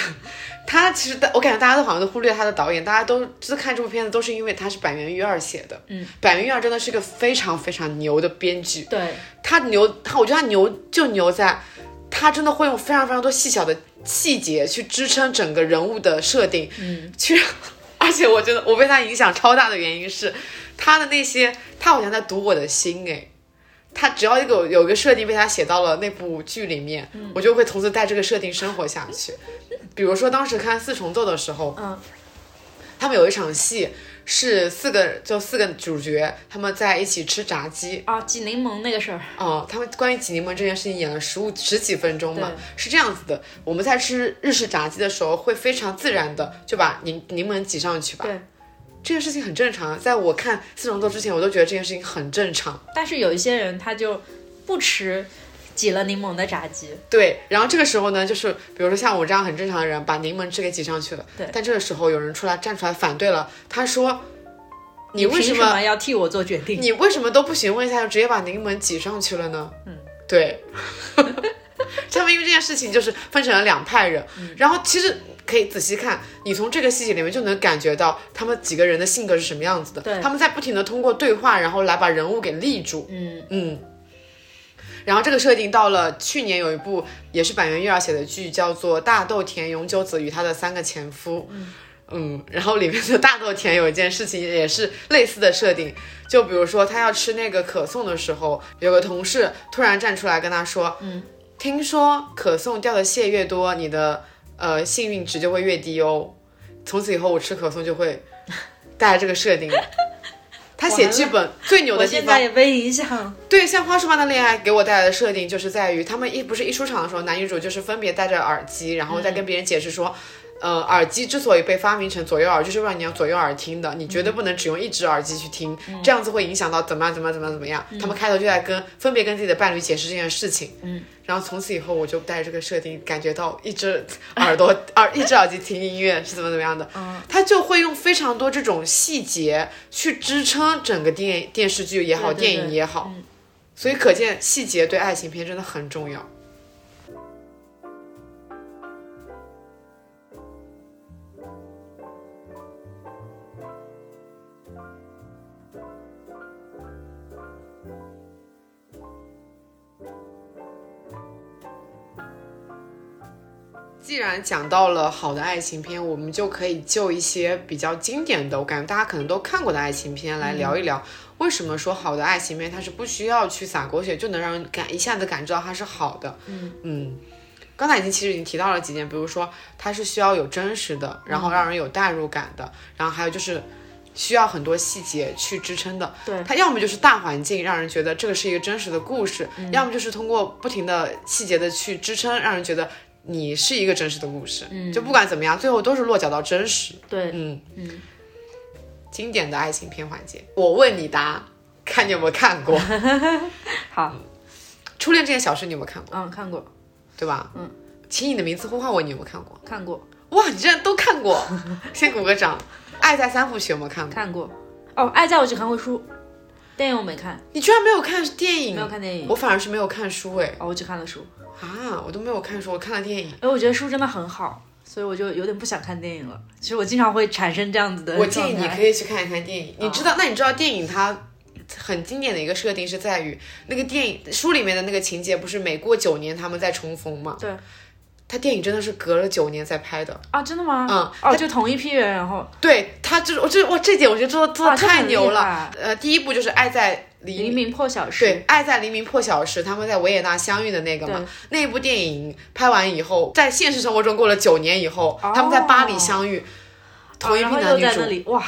S1: 它其实我感觉大家都好像都忽略它的导演，大家都只看这部片子都是因为它是板垣裕二写的。
S2: 嗯，
S1: 板垣裕二真的是一个非常非常牛的编剧。
S2: 对，
S1: 他牛，他我觉得他牛就牛在，他真的会用非常非常多细小的细节去支撑整个人物的设定，嗯，去，而且我觉得我被他影响超大的原因是，他的那些他好像在读我的心哎。他只要一个有一个设定被他写到了那部剧里面，我就会从此带这个设定生活下去。比如说当时看《四重奏》的时候，
S2: 嗯，
S1: 他们有一场戏是四个就四个主角他们在一起吃炸鸡，
S2: 啊，挤柠檬那个事儿，
S1: 哦，他们关于挤柠檬这件事情演了十五十几分钟嘛，是这样子的。我们在吃日式炸鸡的时候，会非常自然的就把柠柠檬挤上去吧。
S2: 对，
S1: 这件事情很正常。啊在我看《四重奏》之前，我都觉得这件事情很正常。
S2: 但是有一些人他就不吃挤了柠檬的炸鸡，
S1: 对，然后这个时候呢，就是比如说像我这样很正常的人，把柠檬汁给挤上去了。
S2: 对
S1: 但这个时候有人出来站出来反对了，他说：“你为
S2: 凭
S1: 什
S2: 什
S1: 么
S2: 么要替我做决 定？
S1: 你为什么都不询问一下，就直接把柠檬挤上去了呢？嗯，对， 他们因为这件事情就是分成了两派人，
S2: 嗯
S1: 然后其实。可以仔细看，你从这个细节里面就能感觉到他们几个人的性格是什么样子的。
S2: 对
S1: 他们在不停的通过对话，然后来把人物给立住。
S2: 嗯
S1: 嗯。然后这个设定到了去年有一部也是板垣瑞儿写的剧，叫做《大豆田永久子与她的三个前夫》。嗯，然后里面的大豆田有一件事情也是类似的设定，就比如说他要吃那个可颂的时候，有个同事突然站出来跟他说，嗯，听说可颂掉的屑越多，你的呃幸运值就会越低哦，从此以后我吃可颂就会带来这个设定。他写 剧本最牛
S2: 我
S1: 的地
S2: 现
S1: 方
S2: 在，也被影响，
S1: 对，像花束般的恋爱给我带来的设定，就是在于他们一不是一出场的时候，男女主就是分别戴着耳机，然后再跟别人解释说，呃，耳机之所以被发明成左右耳，就是让你要左右耳听的，你绝对不能只用一只耳机去听，
S2: 嗯
S1: 这样子会影响到怎么样怎么样怎么样怎么样。他们开头就在跟分别跟自己的伴侣解释这件事情，嗯，然后从此以后我就带着这个设定，感觉到一只耳朵 耳一只耳机听音乐是怎么怎么样的，
S2: 嗯
S1: 他就会用非常多这种细节去支撑整个电电视剧也好，
S2: 对对
S1: 电影
S2: 对
S1: 也好。
S2: 嗯
S1: 所以可见细节对爱情片真的很重要。既然讲到了好的爱情片，我们就可以就一些比较经典的，我感觉大家可能都看过的爱情片来聊一聊，为什么说好的爱情片它是不需要去洒狗血就能让人感一下子感知到它是好的？嗯刚才已经其实已经提到了几点，比如说它是需要有真实的，然后让人有代入感的，然后还有就是需要很多细节去支撑的。
S2: 对
S1: 它要么就是大环境让人觉得这个是一个真实的故事，要么就是通过不停的细节的去支撑，让人觉得你是一个真实的故事。嗯，就不管怎么样，最后都是落脚到真实。
S2: 对，
S1: 嗯
S2: 嗯，
S1: 经典的爱情片环节，我问你答，看你有没有看过《
S2: 好，
S1: 初恋这件小事》，你有没有看过？
S2: 嗯，看过，
S1: 对吧？嗯，请你的名字呼唤我，你有没有看过？
S2: 嗯看过，
S1: 哇，你竟然都看过， 先鼓个掌。《爱在三部曲》有没有看过？
S2: 看过。哦，《爱在我只看过书》，电影我没看，
S1: 你居然没有看电影？
S2: 没有看电影
S1: 我反而是没有看书哎
S2: 哦，我只看了书。
S1: 啊，我都没有看书，我看了电影。
S2: 哎，我觉得书真的很好，所以我就有点不想看电影了。其实我经常会产生这样子的
S1: 我
S2: 状
S1: 建议你
S2: 态哦
S1: 可以去看一看电影。你知道，那你知道电影它很经典的一个设定是在于那个电影书里面的那个情节，不是每过九年他们再重逢吗？
S2: 对。
S1: 他电影真的是隔了九年才拍的，
S2: 啊，真的吗？
S1: 嗯
S2: 哦，就同一批人，然后
S1: 对他就是我这我这点我觉得做的做的
S2: 哇这
S1: 太
S2: 很厉
S1: 牛了
S2: 害。
S1: 呃，第一部就是《爱在黎
S2: 黎明破晓时，
S1: 对，《爱在黎明破晓时》，他们在维也纳相遇的那个嘛
S2: 对，
S1: 那部电影拍完以后，在现实生活中过了九年以后，他们在巴黎相遇，
S2: 啊
S1: 同一批
S2: 哦然后
S1: 男
S2: 又
S1: 女
S2: 在
S1: 主
S2: 那。里哇。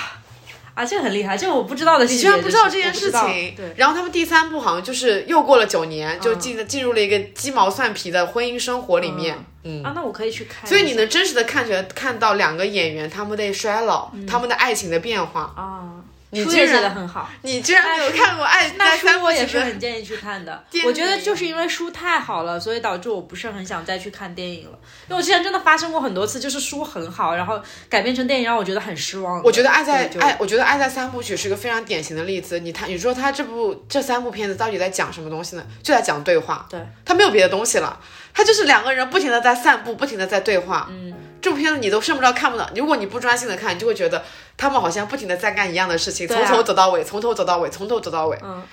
S2: 啊，这个很厉害，这个我不知道的细
S1: 呃你
S2: 节
S1: 居然不
S2: 就是我不知
S1: 知道这件事
S2: 道
S1: 情，
S2: 对，嗯
S1: 然后他们第三部好像就是又过了九年，就进进入了一个鸡毛蒜皮的婚姻生活里面，嗯，
S2: 啊，那我可以去看一下。
S1: 所以你能真实的看觉看到两个演员他们的衰老，
S2: 嗯
S1: 他们的爱情的变化，
S2: 啊，
S1: 你
S2: 书
S1: 居
S2: 也写
S1: 然
S2: 的很好。
S1: 你居然没有看过《爱
S2: 哎那
S1: 在
S2: 书
S1: 三部
S2: 我也
S1: 曲
S2: 是
S1: 的》
S2: 很建议去看的
S1: 电，
S2: 我觉得
S1: 影
S2: 就是因为书太好了，所以导致我不是很想再去看电影了。因为我之前真的发生过很多次，就是书很好，然后改编成电影让我觉得很失望。
S1: 我觉得《爱在
S2: 对就
S1: 爱》，我觉得《爱在三部曲》是个非常典型的例子。你他，你说他这部这三部片子到底在讲什么东西呢？就在讲对话，
S2: 对，
S1: 他没有别的东西了，他就是两个人不停的在散步，不停的在对话。嗯，这部片子你都甚不知道看不到，如果你不专心的看，你就会觉得他们好像不停的在干一样的事情，
S2: 对
S1: 从
S2: 啊
S1: 头走到尾，从头走到尾，从头走到尾。
S2: 嗯，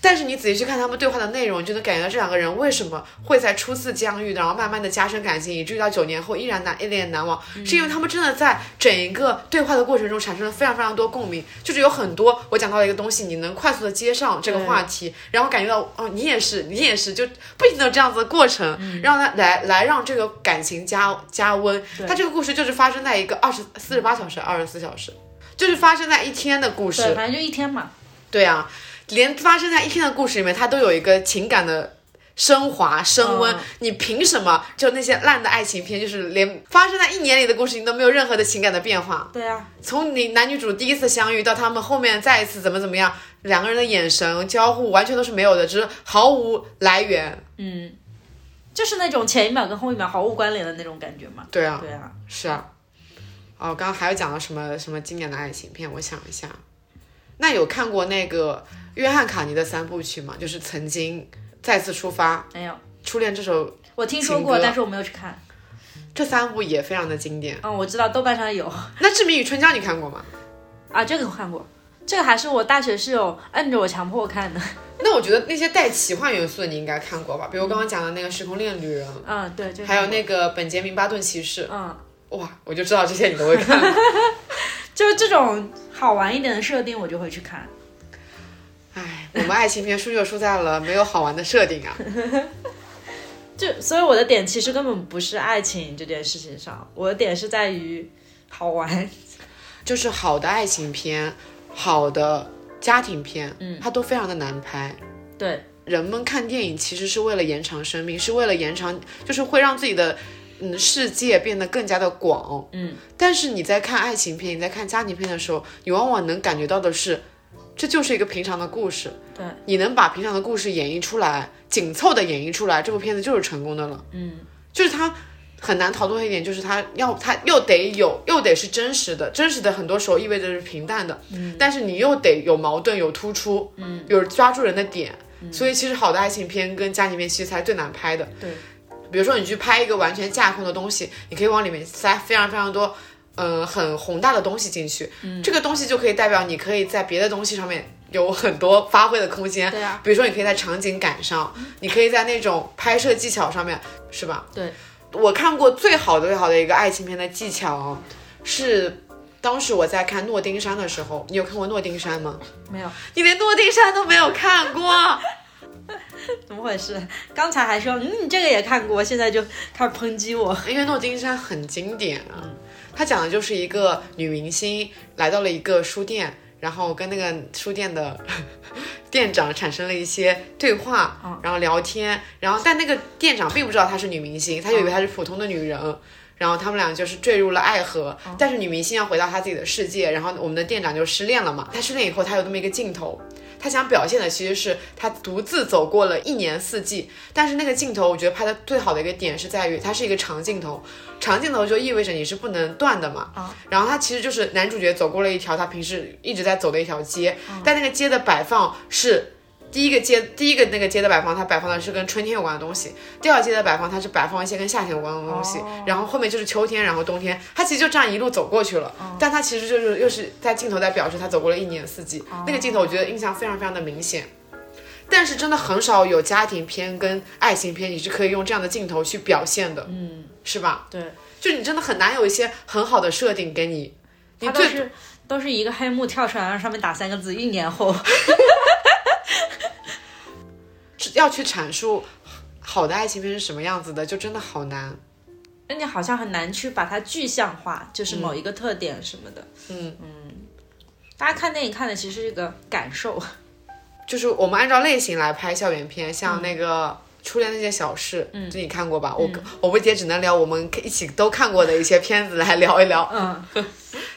S1: 但是你仔细去看他们对话的内容，你就能感觉到这两个人为什么会在初次相遇，然后慢慢的加深感情，以至于到九年后依然难一脸难忘，是因为他们真的在整一个对话的过程中产生了非常非常多共鸣，就是有很多我讲到的一个东西，你能快速的接上这个
S2: 对
S1: 话题，然后感觉到哦，你也是，你也是，就不停的这样子的过程，让他来来让这个感情加加温。他这个故事就是发生在一个二十四十八小时、二十四小时。就是发生在一天的故
S2: 对，
S1: 事。
S2: 反正就一天嘛。
S1: 对啊，连发生在一天的故事里面，它都有一个情感的升华、升温。
S2: 嗯
S1: 你凭什么就那些烂的爱情片，就是连发生在一年里的故事，你都没有任何的情感的变化？
S2: 对啊，
S1: 从你男女主第一次相遇到他们后面再一次怎么怎么样，两个人的眼神交互完全都是没有的，只是毫无来源。
S2: 嗯，就是那种前一秒跟后一秒毫无关联的那种感觉嘛。
S1: 对啊，
S2: 对啊，
S1: 是啊。哦，刚刚还有讲到什么什么经典的爱情片，我想一下。那有看过那个约翰卡尼的三部曲吗？就是曾经、再次出发、
S2: 没有，
S1: 初恋这首，
S2: 我听说
S1: 啊情
S2: 过，
S1: 歌
S2: 但是我没有去看。
S1: 这三部也非常的经典。
S2: 嗯，我知道豆瓣上有
S1: 那《志明与春娇》你看过吗？
S2: 啊，这个我看过，这个还是我大学室友摁着我强迫我看的。
S1: 那我觉得那些带奇幻元素的你应该看过吧，比如刚刚讲的那个《时空恋旅人》，
S2: 嗯，对，这个
S1: 还有
S2: 看过
S1: 那个《本杰明巴顿骑士
S2: 嗯，》。
S1: 哇，我就知道这些你都会看。
S2: 就是这种好玩一点的设定，我就会去看。
S1: 唉，我们爱情片输就输在了没有好玩的设定啊。
S2: 就所以我的点其实根本不是爱情这件事情上，我的点是在于好玩。
S1: 就是好的爱情片，好的家庭片，嗯，它都非常的难拍。
S2: 对，
S1: 人们看电影其实是为了延长生命，是为了延长，就是会让自己的嗯世界变得更加的广，
S2: 嗯。
S1: 但是你在看爱情片，你在看家庭片的时候，你往往能感觉到的是，这就是一个平常的故事。
S2: 对，
S1: 你能把平常的故事演绎出来，紧凑的演绎出来，这部片子就是成功的了。
S2: 嗯，
S1: 就是它很难逃脱一点，就是它要它又得有，又得是真实的，真实的很多时候意味着是平淡的，嗯，但是你又得有矛盾，有突出，嗯，有抓住人的点。所以其实好的爱情片跟家庭片其实才最难拍的。
S2: 嗯对，
S1: 比如说你去拍一个完全架空的东西，你可以往里面塞非常非常多。嗯，很宏大的东西进去，
S2: 嗯
S1: 这个东西就可以代表你可以在别的东西上面有很多发挥的空间。
S2: 对啊，嗯
S1: 比如说你可以在场景感上，你可以在那种拍摄技巧上面，是吧？
S2: 对，
S1: 我看过最好的最好的一个爱情片的技巧啊是。当时我在看《诺丁山》的时候，你有看过《诺丁山》吗？
S2: 没有，
S1: 你连《诺丁山》都没有看过，
S2: 怎么回事？刚才还说嗯，你这个也看过，现在就开始抨击我。
S1: 因为《诺丁山》很经典啊。它讲的就是一个女明星来到了一个书店，然后跟那个书店的 店长产生了一些对话，然后聊天，然后但那个店长并不知道她是女明星，他就以为她是普通的女人。然后他们俩就是坠入了爱河，但是女明星要回到她自己的世界，然后我们的店长就失恋了嘛。她失恋以后，她有那么一个镜头，她想表现的其实是她独自走过了一年四季。但是那个镜头，我觉得拍的最好的一个点是在于它是一个长镜头，长镜头就意味着你是不能断的嘛。然后它其实就是男主角走过了一条他平时一直在走的一条街，但那个街的摆放是。第一个街，第一个那个街的摆放，它摆放的是跟春天有关的东西；第二个街的摆放，它是摆放一些跟夏天有关的东西。
S2: 哦
S1: 然后后面就是秋天，然后冬天，它其实就这样一路走过去了。
S2: 哦
S1: 但它其实就是又是在镜头在表示它走过了一年四季。
S2: 哦
S1: 那个镜头我觉得印象非常非常的明显。但是真的很少有家庭片跟爱情片，你是可以用这样的镜头去表现的，
S2: 嗯，
S1: 是吧？
S2: 对，
S1: 就你真的很难有一些很好的设定给你，你
S2: 他都
S1: 最
S2: 是都是一个黑幕跳出来，然后上面打三个字“一年后
S1: 要去阐述好的爱情片是什么样子的，就真的好难。”，
S2: 那你好像很难去把它具象化，就是某一个特点什么的。
S1: 嗯
S2: 嗯，大家看电影看的其实是一个感受。
S1: 就是我们按照类型来拍校园片，像那个。初恋那件小事，嗯，这你看过吧？我我不姐只能聊我们一起都看过的一些片子来聊一聊
S2: 嗯，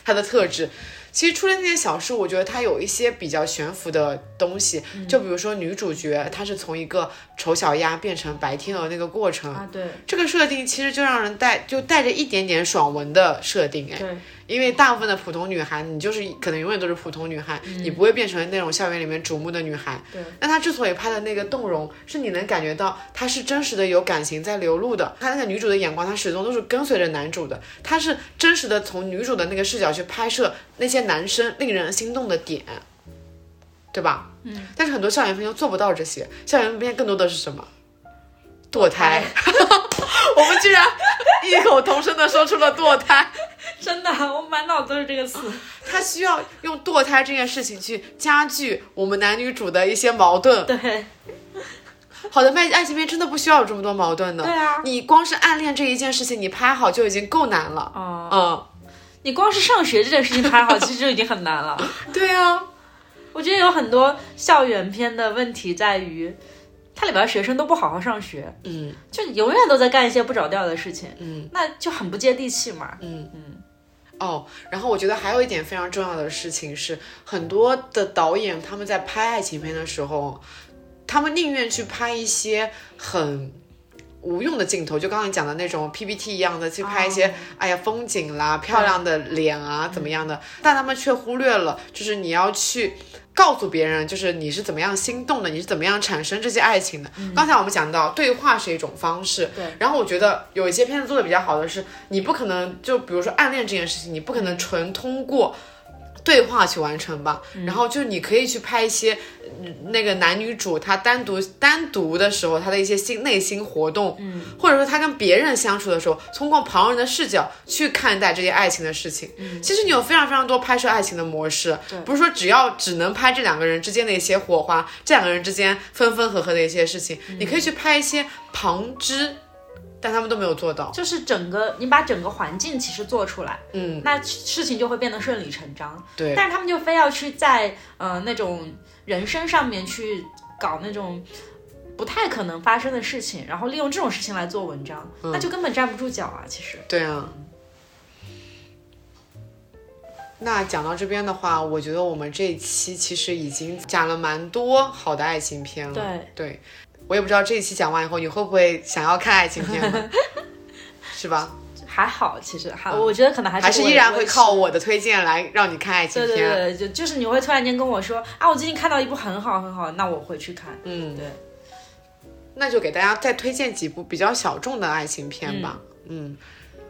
S1: 它的特质。其实《初恋那件小事》，我觉得它有一些比较悬浮的东西，就比如说女主角她是从一个丑小鸭变成白天鹅那个过程，
S2: 啊，对
S1: 这个设定其实就让人带就带着一点点爽文的设定，哎，
S2: 对，
S1: 因为大部分的普通女孩，你就是可能永远都是普通女孩，你不会变成那种校园里面瞩目的女孩。
S2: 对，
S1: 那她之所以拍的那个动容，是你能感觉到她是真实的有感情在流露的。她那个女主的眼光，她始终都是跟随着男主的，她是真实的从女主的那个视角去拍摄那些男生令人心动的点，对吧？嗯。但是很多校园片就做不到这些，校园片更多的是什么？堕胎。 我们居然异口同声的说出了堕胎。
S2: 真的，我满脑子都是这个词。
S1: 他需要用堕胎这件事情去加剧我们男女主的一些矛盾。
S2: 对，
S1: 好的，爱爱情片真的不需要有这么多矛盾的。
S2: 对啊
S1: 你光是暗恋这一件事情，你拍好就已经够难了。
S2: 哦、
S1: 嗯，
S2: 你光是上学这件事情拍好，其实就已经很难了。
S1: 对啊，
S2: 我觉得有很多校园片的问题在于，它里边学生都不好好上学，
S1: 嗯
S2: 就永远都在干一些不着调的事情，
S1: 嗯
S2: 那就很不接地气嘛。
S1: 嗯
S2: 嗯，
S1: 哦，然后我觉得还有一点非常重要的事情是，很多的导演他们在拍爱情片的时候，他们宁愿去拍一些很。无用的镜头，就刚刚你讲的那种 PPT 一样的，去拍一些、
S2: 哦
S1: 哎呀风景啦、漂亮的脸啊，怎么样的，
S2: 嗯
S1: 但他们却忽略了，就是你要去告诉别人，就是你是怎么样心动的，你是怎么样产生这些爱情的。刚才我们讲到，对话是一种方式，
S2: 嗯对
S1: 然后我觉得有一些片子做的比较好的是，你不可能就比如说暗恋这件事情，你不可
S2: 嗯
S1: 能纯通过对话去完成吧。
S2: 嗯
S1: 然后就你可以去拍一些嗯那个男女主他单独单独的时候他的一些心内心活动，嗯，或者说他跟别人相处的时候，通过旁人的视角去看待这些爱情的事情。其实你有非常非常多拍摄爱情的模式，不是说只要只能拍这两个人之间的一些火花，这两个人之间分分合合的一些事情，你可以去拍一些旁枝。但他们都没有做到。
S2: 就是整个你把整个环境其实做出来，
S1: 嗯，
S2: 那事情就会变得顺理成章。
S1: 对，
S2: 但是他们就非要去在呃那种人生上面去搞那种不太可能发生的事情，然后利用这种事情来做文章，那就根本站不住脚啊！其实，
S1: 对啊。那讲到这边的话，我觉得我们这一期其实已经讲了蛮多好的爱情片了。
S2: 对，
S1: 对，我也不知道这一期讲完以后，你会不会想要看爱情片 了，是吧？
S2: 还好，其实还、我觉得可能还
S1: 还
S2: 是还
S1: 是依然会靠我的推荐来让你看爱情
S2: 对
S1: 片。
S2: 对对，就就是你会突然间跟我说啊，我最近看到一部很好很好，那我会去看。
S1: 嗯，
S2: 对。
S1: 那就给大家再推荐几部比较小众的爱情片吧。嗯，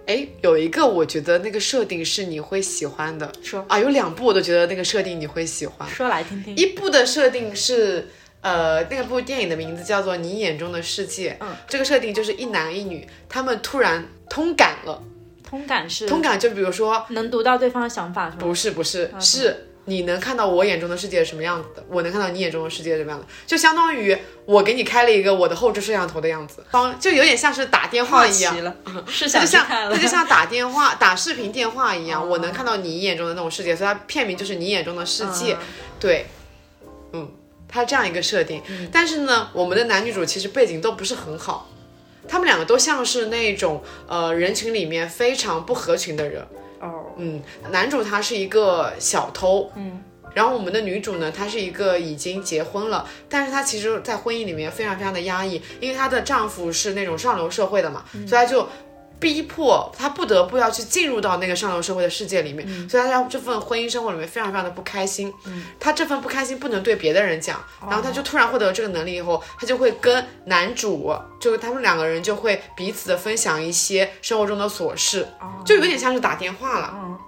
S1: 哎，有一个我觉得那个设定是你会喜欢的。
S2: 说
S1: 啊，有两部我都觉得那个设定你会喜欢。
S2: 说来听听，
S1: 一部的设定是，呃，那部电影的名字叫做《你眼中的世界》。
S2: 嗯，
S1: 这个设定就是一男一女，他们突然通感了。
S2: 通感是
S1: 通感就比如说，
S2: 能读到对方的想法是吗？
S1: 不是不是，
S2: 嗯
S1: 是你能看到我眼中的世界什么样子的，我能看到你眼中的世界什么样子，就相当于我给你开了一个我的后置摄像头的样子，方就有点像是打电
S2: 好
S1: 话一
S2: 奇
S1: 样。
S2: 了，是
S1: 它
S2: 想
S1: 就
S2: 去
S1: 像
S2: 看了，
S1: 它就像打电话、打视频电话一样，
S2: 哦
S1: 我能看到你眼中的那种世界，所以它片名就是《你眼中的世界》。
S2: 嗯
S1: 对，嗯，它这样一个设定。但是呢，我们的男女主其实背景都不是很好，他们两个都像是那种呃人群里面非常不合群的人。
S2: 哦，
S1: 嗯，男主他是一个小偷，
S2: 嗯，
S1: 然后我们的女主呢，她是一个已经结婚了，但是她其实，在婚姻里面非常非常的压抑，因为她的丈夫是那种上流社会的嘛，所以她就。逼迫她不得不要去进入到那个上流社会的世界里面，所以她在这份婚姻生活里面非常非常的不开心。她这份不开心不能对别的人讲，然后她就突然获得了这个能力以后，她就会跟男主，就是他们两个人就会彼此的分享一些生活中的琐事，就有点像是打电话了。
S2: 嗯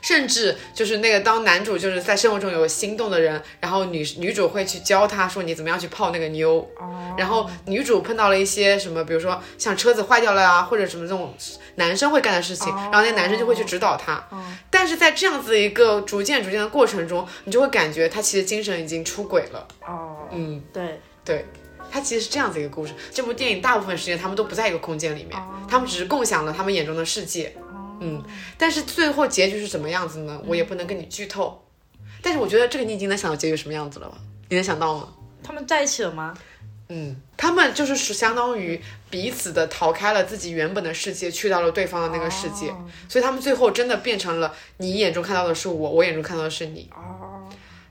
S1: 甚至就是那个当男主就是在生活中有心动的人，然后女女主会去教他说你怎么样去泡那个妞，
S2: 哦，
S1: 然后女主碰到了一些什么，比如说像车子坏掉了啊，或者什么这种男生会干的事情，然后那男生就会去指导她。但是在这样子的一个逐渐逐渐的过程中，你就会感觉他其实精神已经出轨了。
S2: 哦，
S1: 嗯，
S2: 对，
S1: 对，它其实是这样子一个故事。这部电影大部分时间他们都不在一个空间里面，他们只是共享了他们眼中的世界。嗯，但是最后结局是什么样子呢？我也不能跟你剧透，但是我觉得这个你已经能想到结局什么样子了吧？你能想到吗？
S2: 他们在一起了吗？
S1: 嗯，他们就是属相当于彼此的逃开了自己原本的世界，去到了对方的那个世界，
S2: 哦
S1: 所以他们最后真的变成了你眼中看到的是我，我眼中看到的是你。
S2: 哦，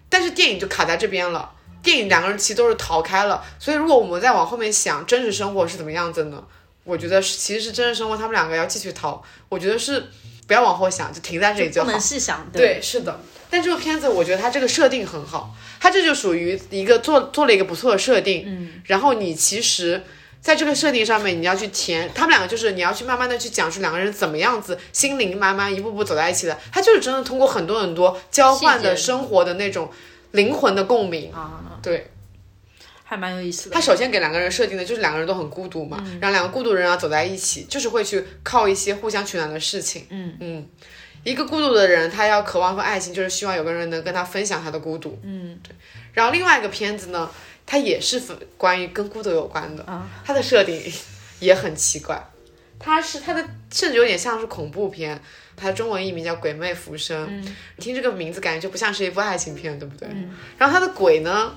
S1: 但是电影就卡在这边了。电影两个人其实都是逃开了，所以如果我们再往后面想真实生活是怎么样子呢？我觉得是其实是真实生活，他们两个要继续逃，我觉得是不要往后想，就停在这里就
S2: 不
S1: 好
S2: 能。细想，
S1: 对，是的。但这个片子，我觉得它这个设定很好，它这就属于一个做做了一个不错的设定，嗯，然后你其实。在这个设定上面，你要去填，他们两个就是你要去慢慢的去讲述两个人怎么样子心灵慢慢一步步走在一起的。他就是真的通过很多很多交换的
S2: 细节
S1: 生活的那种灵魂的共鸣，
S2: 啊，
S1: 对
S2: 还蛮有意思的。嗯
S1: 他首先给两个人设定的就是两个人都很孤独嘛，然后两个孤独的人要走在一起，就是会去靠一些互相取暖的事情。
S2: 嗯
S1: 嗯，一个孤独的人，他要渴望份爱情，就是希望有个人能跟他分享他的孤独。
S2: 嗯，
S1: 然后另外一个片子呢，它也是分关于跟孤独有关的，
S2: 啊
S1: 它的设定也很奇怪。它是它的甚至有点像是恐怖片，它的中文译名叫《鬼魅浮生》。
S2: 嗯
S1: 你听这个名字感觉就不像是一部爱情片，对不对？
S2: 嗯
S1: 然后它的鬼呢，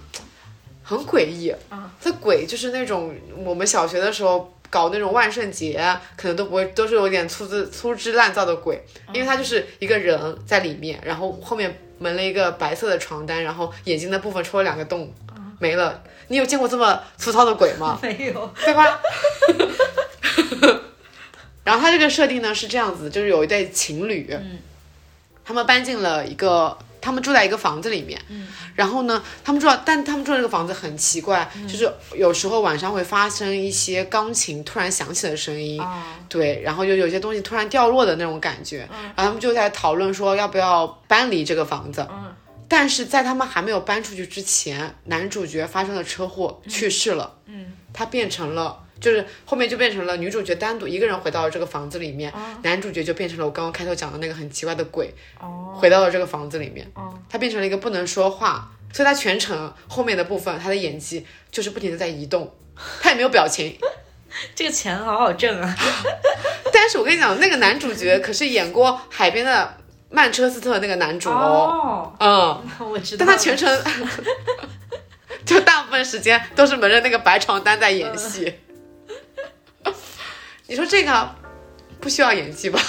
S1: 很诡异。
S2: 啊
S1: 它鬼就是那种我们小学的时候搞那种万圣节，可能都不会，都是有点粗制粗制滥造的鬼，
S2: 嗯
S1: 因为它就是一个人在里面，然后后面蒙了一个白色的床单，然后眼睛的部分戳了两个洞，
S2: 嗯
S1: 没了。你有见过这么粗糙的鬼吗？
S2: 没有，
S1: 对吧？ 然后他这个设定呢是这样子，就是有一对情侣，
S2: 嗯
S1: 他们搬进了一个，他们住在一个房子里面，
S2: 嗯
S1: 然后呢，他们住到，但他们住的这个房子很奇怪，
S2: 嗯
S1: 就是有时候晚上会发生一些钢琴突然响起的声音，
S2: 啊
S1: 对，然后就有些东西突然掉落的那种感觉，
S2: 嗯
S1: 然后他们就在讨论说要不要搬离这个房子，
S2: 嗯
S1: 但是在他们还没有搬出去之前，男主角发生了车祸去世了。
S2: 嗯
S1: 他变成了，就是后面就变成了女主角单独一个人回到了这个房子里面，
S2: 啊
S1: 男主角就变成了我刚刚开头讲的那个很奇怪的鬼，
S2: 哦
S1: 回到了这个房子里面，
S2: 哦
S1: 他变成了一个不能说话，所以他全程后面的部分他的演技就是不停的在移动，他也没有表情。
S2: 这个钱好好挣啊！
S1: 但是我跟你讲，那个男主角可是演过《海边的曼彻斯特》那个男主哦，
S2: 哦，
S1: 嗯，
S2: 我知道
S1: 但
S2: 了。
S1: 他全程 就大部分时间都是蒙着那个白床单在
S2: 嗯
S1: 演戏。 你说这个不需要演技吧？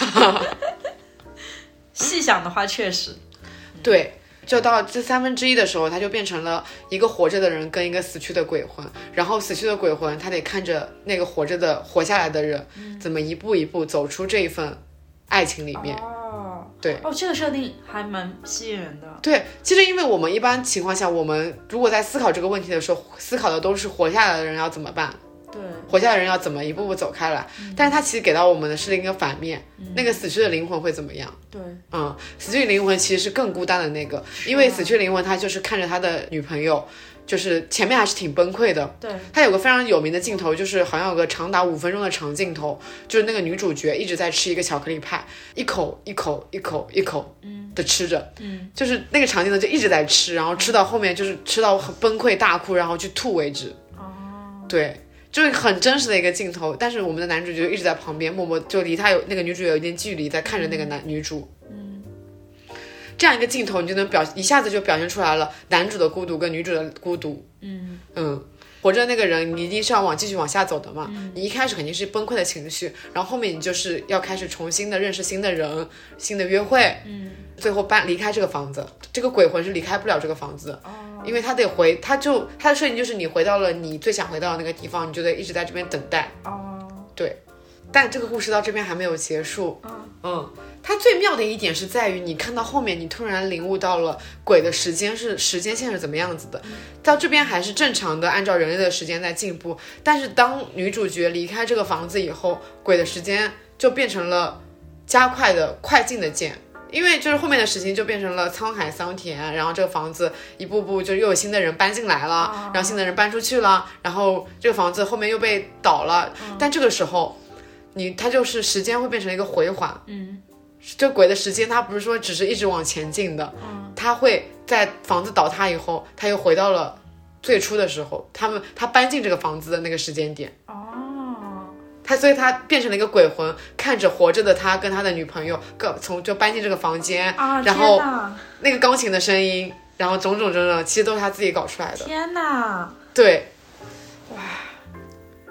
S2: 细想的话，确实
S1: 对。就到这三分之一的时候，他就变成了一个活着的人跟一个死去的鬼魂，然后死去的鬼魂他得看着那个活着的活下来的人，
S2: 嗯
S1: 怎么一步一步走出这一份爱情里面。
S2: 哦，
S1: 对
S2: 哦，这个设定还蛮吸引人的。
S1: 对，其实因为我们一般情况下，我们如果在思考这个问题的时候，思考的都是活下来的人要怎么办，
S2: 对，
S1: 活下来的人要怎么一步步走开来。但是它其实给到我们的是另一个反面，
S2: 嗯
S1: 那个死去的灵魂会怎么样？
S2: 对，啊
S1: 嗯，死去的灵魂其实是更孤单的那个，因为死去的灵魂他就是看着他的女朋友，就是前面还是挺崩溃的。
S2: 对，
S1: 他有个非常有名的镜头，就是好像有个长达五分钟的长镜头，就是那个女主角一直在吃一个巧克力派，一口一口一口一口
S2: 嗯
S1: 的吃着，
S2: 嗯，
S1: 就是那个长镜头就一直在吃，然后吃到后面就是吃到很崩溃大哭，然后去吐为止。
S2: 哦，
S1: 对，就是很真实的一个镜头。但是我们的男主角一直在旁边，默默就离他有那个女主有一定距离，在看着那个男女主。
S2: 嗯
S1: 这样一个镜头，你就能表一下子就表现出来了男主的孤独跟女主的孤独。
S2: 嗯
S1: 嗯，活着那个人，你一定是要往继续往下走的嘛。
S2: 嗯
S1: 你一开始肯定是崩溃的情绪，然后后面你就是要开始重新的认识新的人、新的约会，
S2: 嗯，
S1: 最后搬离开这个房子。这个鬼魂是离开不了这个房子的，
S2: 哦，
S1: 因为他得回，他就他的设定就是你回到了你最想回到的那个地方，你就得一直在这边等待。
S2: 哦，
S1: 但这个故事到这边还没有结束。
S2: 嗯
S1: 嗯，它最妙的一点是在于，你看到后面，你突然领悟到了鬼的时间是时间线是怎么样子的。到这边还是正常的，按照人类的时间在进步。但是当女主角离开这个房子以后，鬼的时间就变成了加快的快进的键。因为就是后面的事情就变成了沧海桑田，然后这个房子一步步就又有新的人搬进来了，然后新的人搬出去了，然后这个房子后面又被倒了，但这个时候你它就是时间会变成一个回环，
S2: 嗯
S1: 这鬼的时间它不是说只是一直往前进的，
S2: 嗯
S1: 它会在房子倒塌以后，它又回到了最初的时候，他们他搬进这个房子的那个时间点，
S2: 哦，
S1: 他所以他变成了一个鬼魂，看着活着的他跟他的女朋友各从就搬进这个房间，
S2: 啊，
S1: 哎然后
S2: 天哪，
S1: 那个钢琴的声音，然后种种种种，其实都是他自己搞出来的，
S2: 天哪，
S1: 对，哇，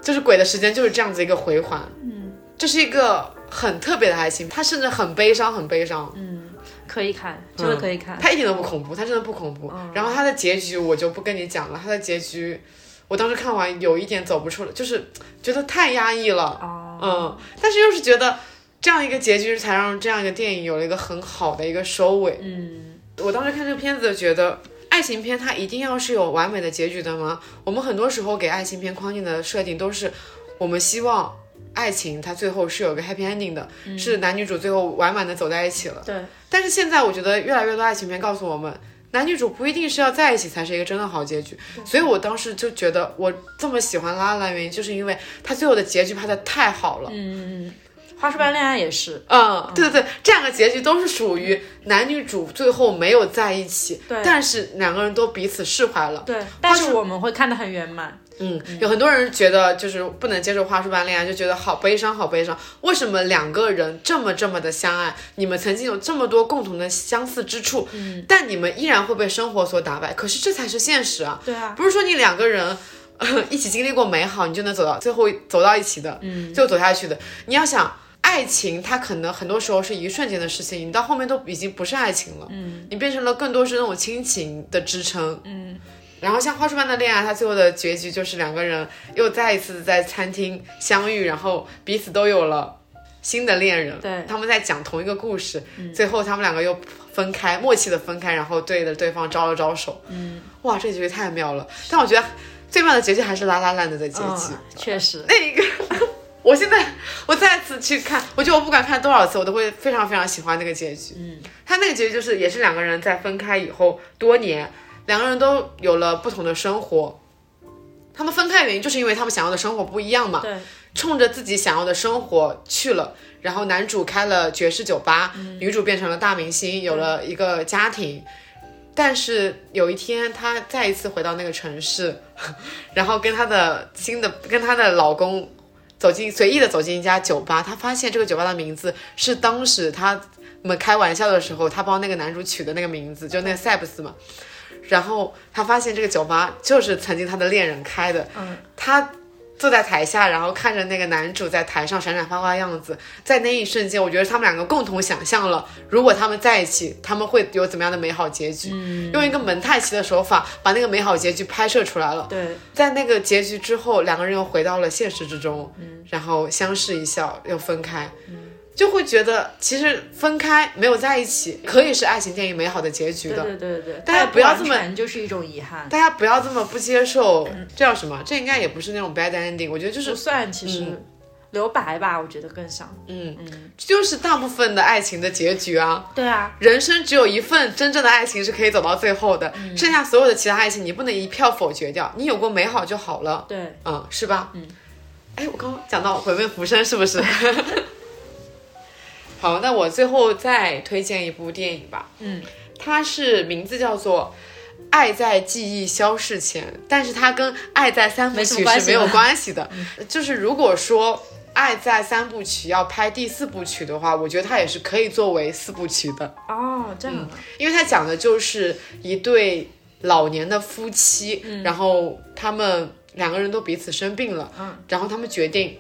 S1: 就是鬼的时间就是这样子一个回环，
S2: 嗯
S1: 这是一个很特别的爱情，它甚至很悲伤，很悲伤。
S2: 嗯，可以看，真
S1: 嗯
S2: 的可以看。嗯
S1: 它一点都不恐怖，它真的不恐怖。然后它的结局我就不跟你讲了，它的结局，我当时看完有一点走不出来，就是觉得太压抑了，
S2: 哦，
S1: 嗯，但是又是觉得这样一个结局才让这样一个电影有了一个很好的一个收尾。
S2: 嗯
S1: 我当时看这个片子觉得。爱情片它一定要是有完美的结局的吗？我们很多时候给爱情片框定的设定都是，我们希望爱情它最后是有个 happy ending 的，是男女主最后完满的走在一起了。
S2: 对，
S1: 但是现在我觉得越来越多爱情片告诉我们，男女主不一定是要在一起才是一个真的好结局。所以我当时就觉得，我这么喜欢《拉拉》的原因，就是因为它最后的结局拍的太好了。
S2: 嗯嗯嗯，花束般恋爱也是，
S1: 嗯，对对对，这两个结局都是属于男女主最后没有在一起，
S2: 对
S1: 但是两个人都彼此释怀了。
S2: 对，但
S1: 花
S2: 是
S1: 束
S2: 我们会看得很圆满。
S1: 嗯，有很多人觉得就是不能接受花束般啊恋爱，就觉得好悲伤，好悲伤。为什么两个人这么这么的相爱，你们曾经有这么多共同的相似之处，嗯，但你们依然会被生活所打败？可是这才是现实啊！
S2: 对啊，
S1: 不是说你两个人。 呃一起经历过美好，你就能走到最后走到一起的，嗯，最后走下去的。你要想，爱情它可能很多时候是一瞬间的事情，你到后面都已经不是爱情了，嗯，你变成了更多是那种亲情的支撑，嗯。然后像花束般的恋爱，它最后的结局就是两个人又再一次在餐厅相遇，然后彼此都有了新的恋人，
S2: 对嗯
S1: 他们在讲同一个故事，最后他们两个又分开，默契的分开，然后对着对方招了招手，嗯，哇，这结局太妙了。但我觉得最妙的结局还是拉拉烂的的结
S2: 嗯
S1: 局，
S2: 确实，
S1: 那一个，我现在我再次去看，我觉得我不管看多少次，我都会非常非常喜欢那个结局。嗯，他那个结局就是也是两个人在分开以后多年，两个人都有了不同的生活。他们分开的原因就是因为他们想要的生活不一样嘛，
S2: 对，
S1: 冲着自己想要的生活去了。然后男主开了爵士酒吧，女主变成了大明星，有了一个家庭。但是有一天，她再一次回到那个城市，然后跟她的新的跟她的老公走进随意的走进一家酒吧，她发现这个酒吧的名字是当时她们开玩笑的时候，她帮那个男主取的那个名字，就那个塞布斯嘛。然后她发现这个酒吧就是曾经她的恋人开的，
S2: 嗯，
S1: 她坐在台下，然后看着那个男主在台上闪闪发光的样子，在那一瞬间，我觉得他们两个共同想象了，如果他们在一起，他们会有怎么样的美好结局。用一个蒙太奇的手法，把那个美好结局拍摄出来了。
S2: 对，
S1: 在那个结局之后，两个人又回到了现实之中，然后相视一笑，又分开，就会觉得其实分开没有在一起，可以是爱情电影美好的结局
S2: 对
S1: 的。
S2: 对对对，
S1: 大家
S2: 它
S1: 不要
S2: 完
S1: 这么
S2: 全就是一种遗憾，
S1: 大家不要这么不接受，这叫什么？这应该也不是那种 bad ending，我觉得就是嗯
S2: 不算其实留白吧，我觉得更像，嗯
S1: 就是大部分的爱情的结局啊。
S2: 对啊，
S1: 人生只有一份真正的爱情是可以走到最后的，剩下所有的其他爱情你不能一票否决掉，你有过美好就好了，
S2: 对，
S1: 嗯，是吧？嗯，哎，我刚刚讲到回味浮生是不 是？好，那我最后再推荐一部电影吧，
S2: 嗯，
S1: 它是名字叫做《爱在记忆消逝前》，但是它跟《爱在三部
S2: 没什么
S1: 曲》
S2: 关
S1: 是
S2: 系嗯
S1: 没有
S2: 吗
S1: 关系的。 就是如果说《爱在三部曲》要拍第四部曲的话，我觉得它也是可以作为四部曲的，
S2: 哦，这样啊，
S1: 因为它讲的就是一对老年的夫妻，然后他们两个人都彼此生病了，
S2: 嗯
S1: 然后他们决定。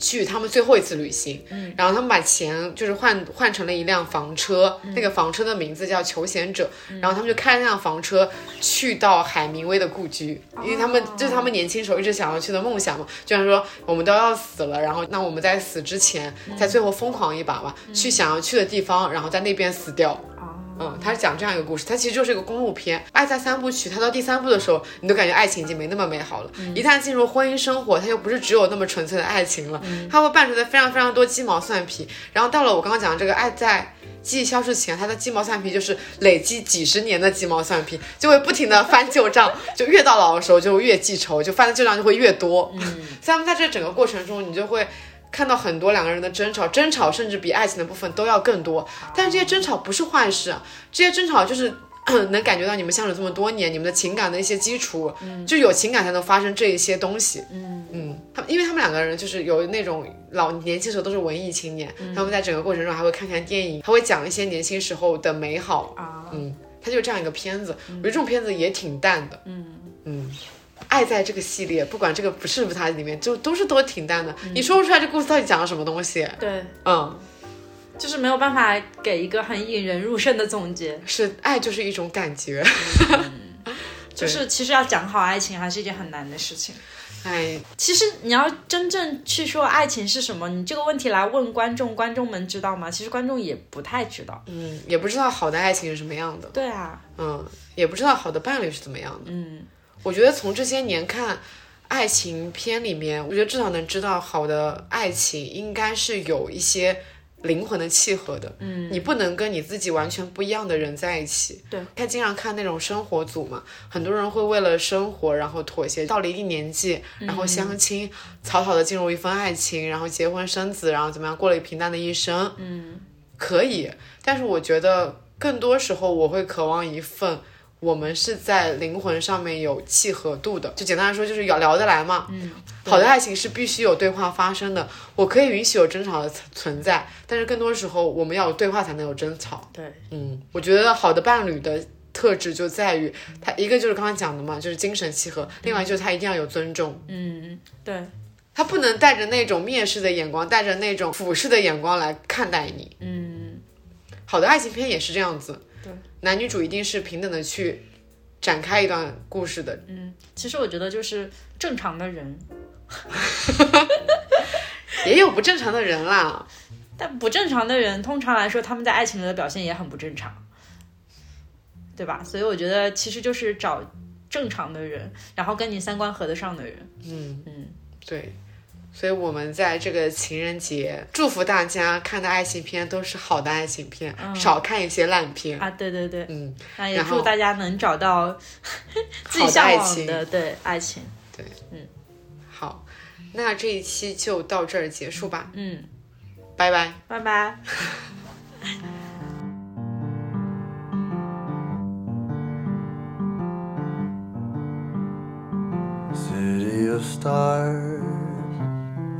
S1: 去他们最后一次旅行，然后他们把钱就是换换成了一辆房车，那个房车的名字叫求贤者，然后他们就开那辆房车去到海明威的故居，因为他们这、是他们年轻时候一直想要去的梦想嘛，就像说我们都要死了，然后那我们在死之前，在最后疯狂一把吧，去想要去的地方，然后在那边死掉。
S2: 哦，
S1: 嗯，它是讲这样一个故事，它其实就是一个公路片。爱在三部曲，它到第三部的时候，你都感觉爱情已经没那么美好了。一旦进入婚姻生活，它又不是只有那么纯粹的爱情了，它会伴随着非常非常多鸡毛蒜皮。然后到了我刚刚讲的这个爱在。记忆消失前，它的鸡毛蒜皮就是累积几十年的鸡毛蒜皮，就会不停的翻旧账，就越到老的时候就越记仇，就翻的旧账就会越多。嗯， 所以他们在这整个过程中，你就会看到很多两个人的争吵，争吵甚至比爱情的部分都要更多。但是这些争吵不是坏事啊，这些争吵就是。 能感觉到你们相处这么多年，你们的情感的一些基础，就有情感才能发生这一些东西。嗯嗯，他们因为他们两个人就是有那种老年轻时候都是文艺青年，他们在整个过程中还会看看电影，还会讲一些年轻时候的美好。
S2: 啊，
S1: 嗯，它就是这样一个片子，我觉得这种片子也挺淡的。嗯嗯，爱在这个系列，不管这个不是不是它里面，就都是都挺淡的。你说不出来这故事到底讲了什么东西。
S2: 嗯对，
S1: 嗯，
S2: 就是没有办法给一个很引人入胜的总结，
S1: 是爱就是一种感觉。
S2: 就是其实要讲好爱情还是一件很难的事情。
S1: 哎，
S2: 其实你要真正去说爱情是什么，你这个问题来问观众，观众们知道吗？其实观众也不太知道。
S1: 嗯，也不知道好的爱情是什么样的，
S2: 对啊，
S1: 嗯，也不知道好的伴侣是怎么样的。
S2: 嗯，
S1: 我觉得从这些年看。爱情片里面，我觉得至少能知道，好的爱情应该是有一些灵魂的契合的。嗯，你不能跟你自己完全不一样的人在一起。
S2: 对，
S1: 看经常看那种生活组嘛，很多人会为了生活然后妥协，到了一定年纪，
S2: 嗯
S1: 然后相亲，草草的进入一份爱情，然后结婚生子，然后怎么样过了平淡的一生。嗯，可以，但是我觉得更多时候我会渴望一份我们是在灵魂上面有契合度的，就简单来说就是聊聊得来嘛。
S2: 嗯，
S1: 好的爱情是必须有对话发生的，我可以允许有争吵的存存在，但是更多时候我们要有对话才能有争吵。
S2: 对，
S1: 嗯，我觉得好的伴侣的特质就在于他一个就是刚刚讲的嘛，就是精神契合，另外就是他一定要有尊重，
S2: 嗯，对，
S1: 他不能带着那种蔑视的眼光，带着那种俯视的眼光来看待你。
S2: 嗯，
S1: 好的爱情片也是这样子，
S2: 对，
S1: 男女主一定是平等的去展开一段故事的，
S2: 嗯其实我觉得就是正常的人，
S1: 也有不正常的人啦。
S2: 但不正常的人，通常来说，他们在爱情里的表现也很不正常，对吧？所以我觉得其实就是找正常的人，然后跟你三观合得上的人。
S1: 嗯
S2: 嗯，
S1: 对，所以我们在这个情人节祝福大家看的爱情片都是好的爱情片，
S2: 嗯
S1: 少看一些烂片。
S2: 啊，对对对，
S1: 嗯，
S2: 那也
S1: 然后
S2: 祝大家能找到自己
S1: 好的
S2: 向
S1: 爱
S2: 往
S1: 情
S2: 的对爱情。
S1: 好，那这一期就到这儿结束吧，
S2: 嗯，
S1: 拜拜。
S2: 拜拜。
S3: City of stars,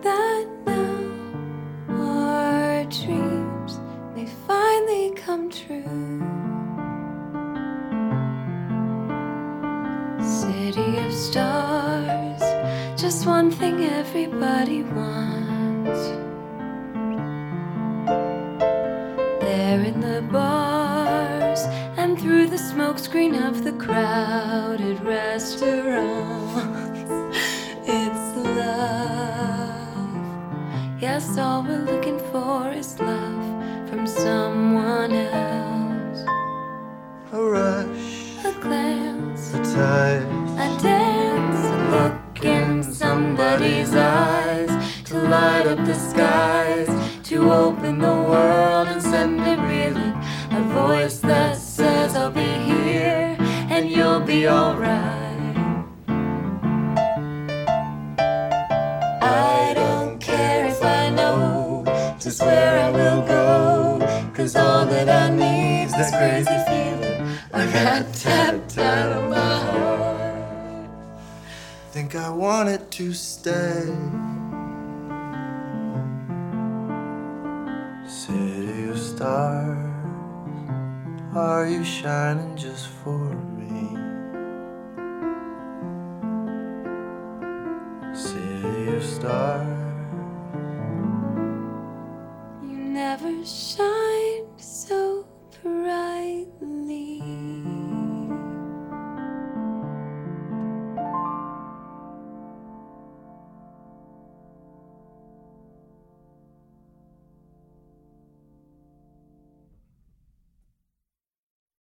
S4: that now our dreams they finally come true. City of stars, just one thing everybody wants. There in the bars and through the smokescreen of the crowded restaurants. It's love. Yes, all we're looking for is love from someone else.
S3: A rush,
S4: A glance,
S3: a touch,
S4: a dance, a look in somebody's eyes to light up the skies, to open the world and send it reeling. A voice that says, I'll be here and you'll be alright. I don't care if I know just where I will go. Cause all that I need is this crazy feeling. I got tapped out of my heart.
S3: think I wanted to stay. City of stars, are you shining just for me? City of stars,
S4: You never shine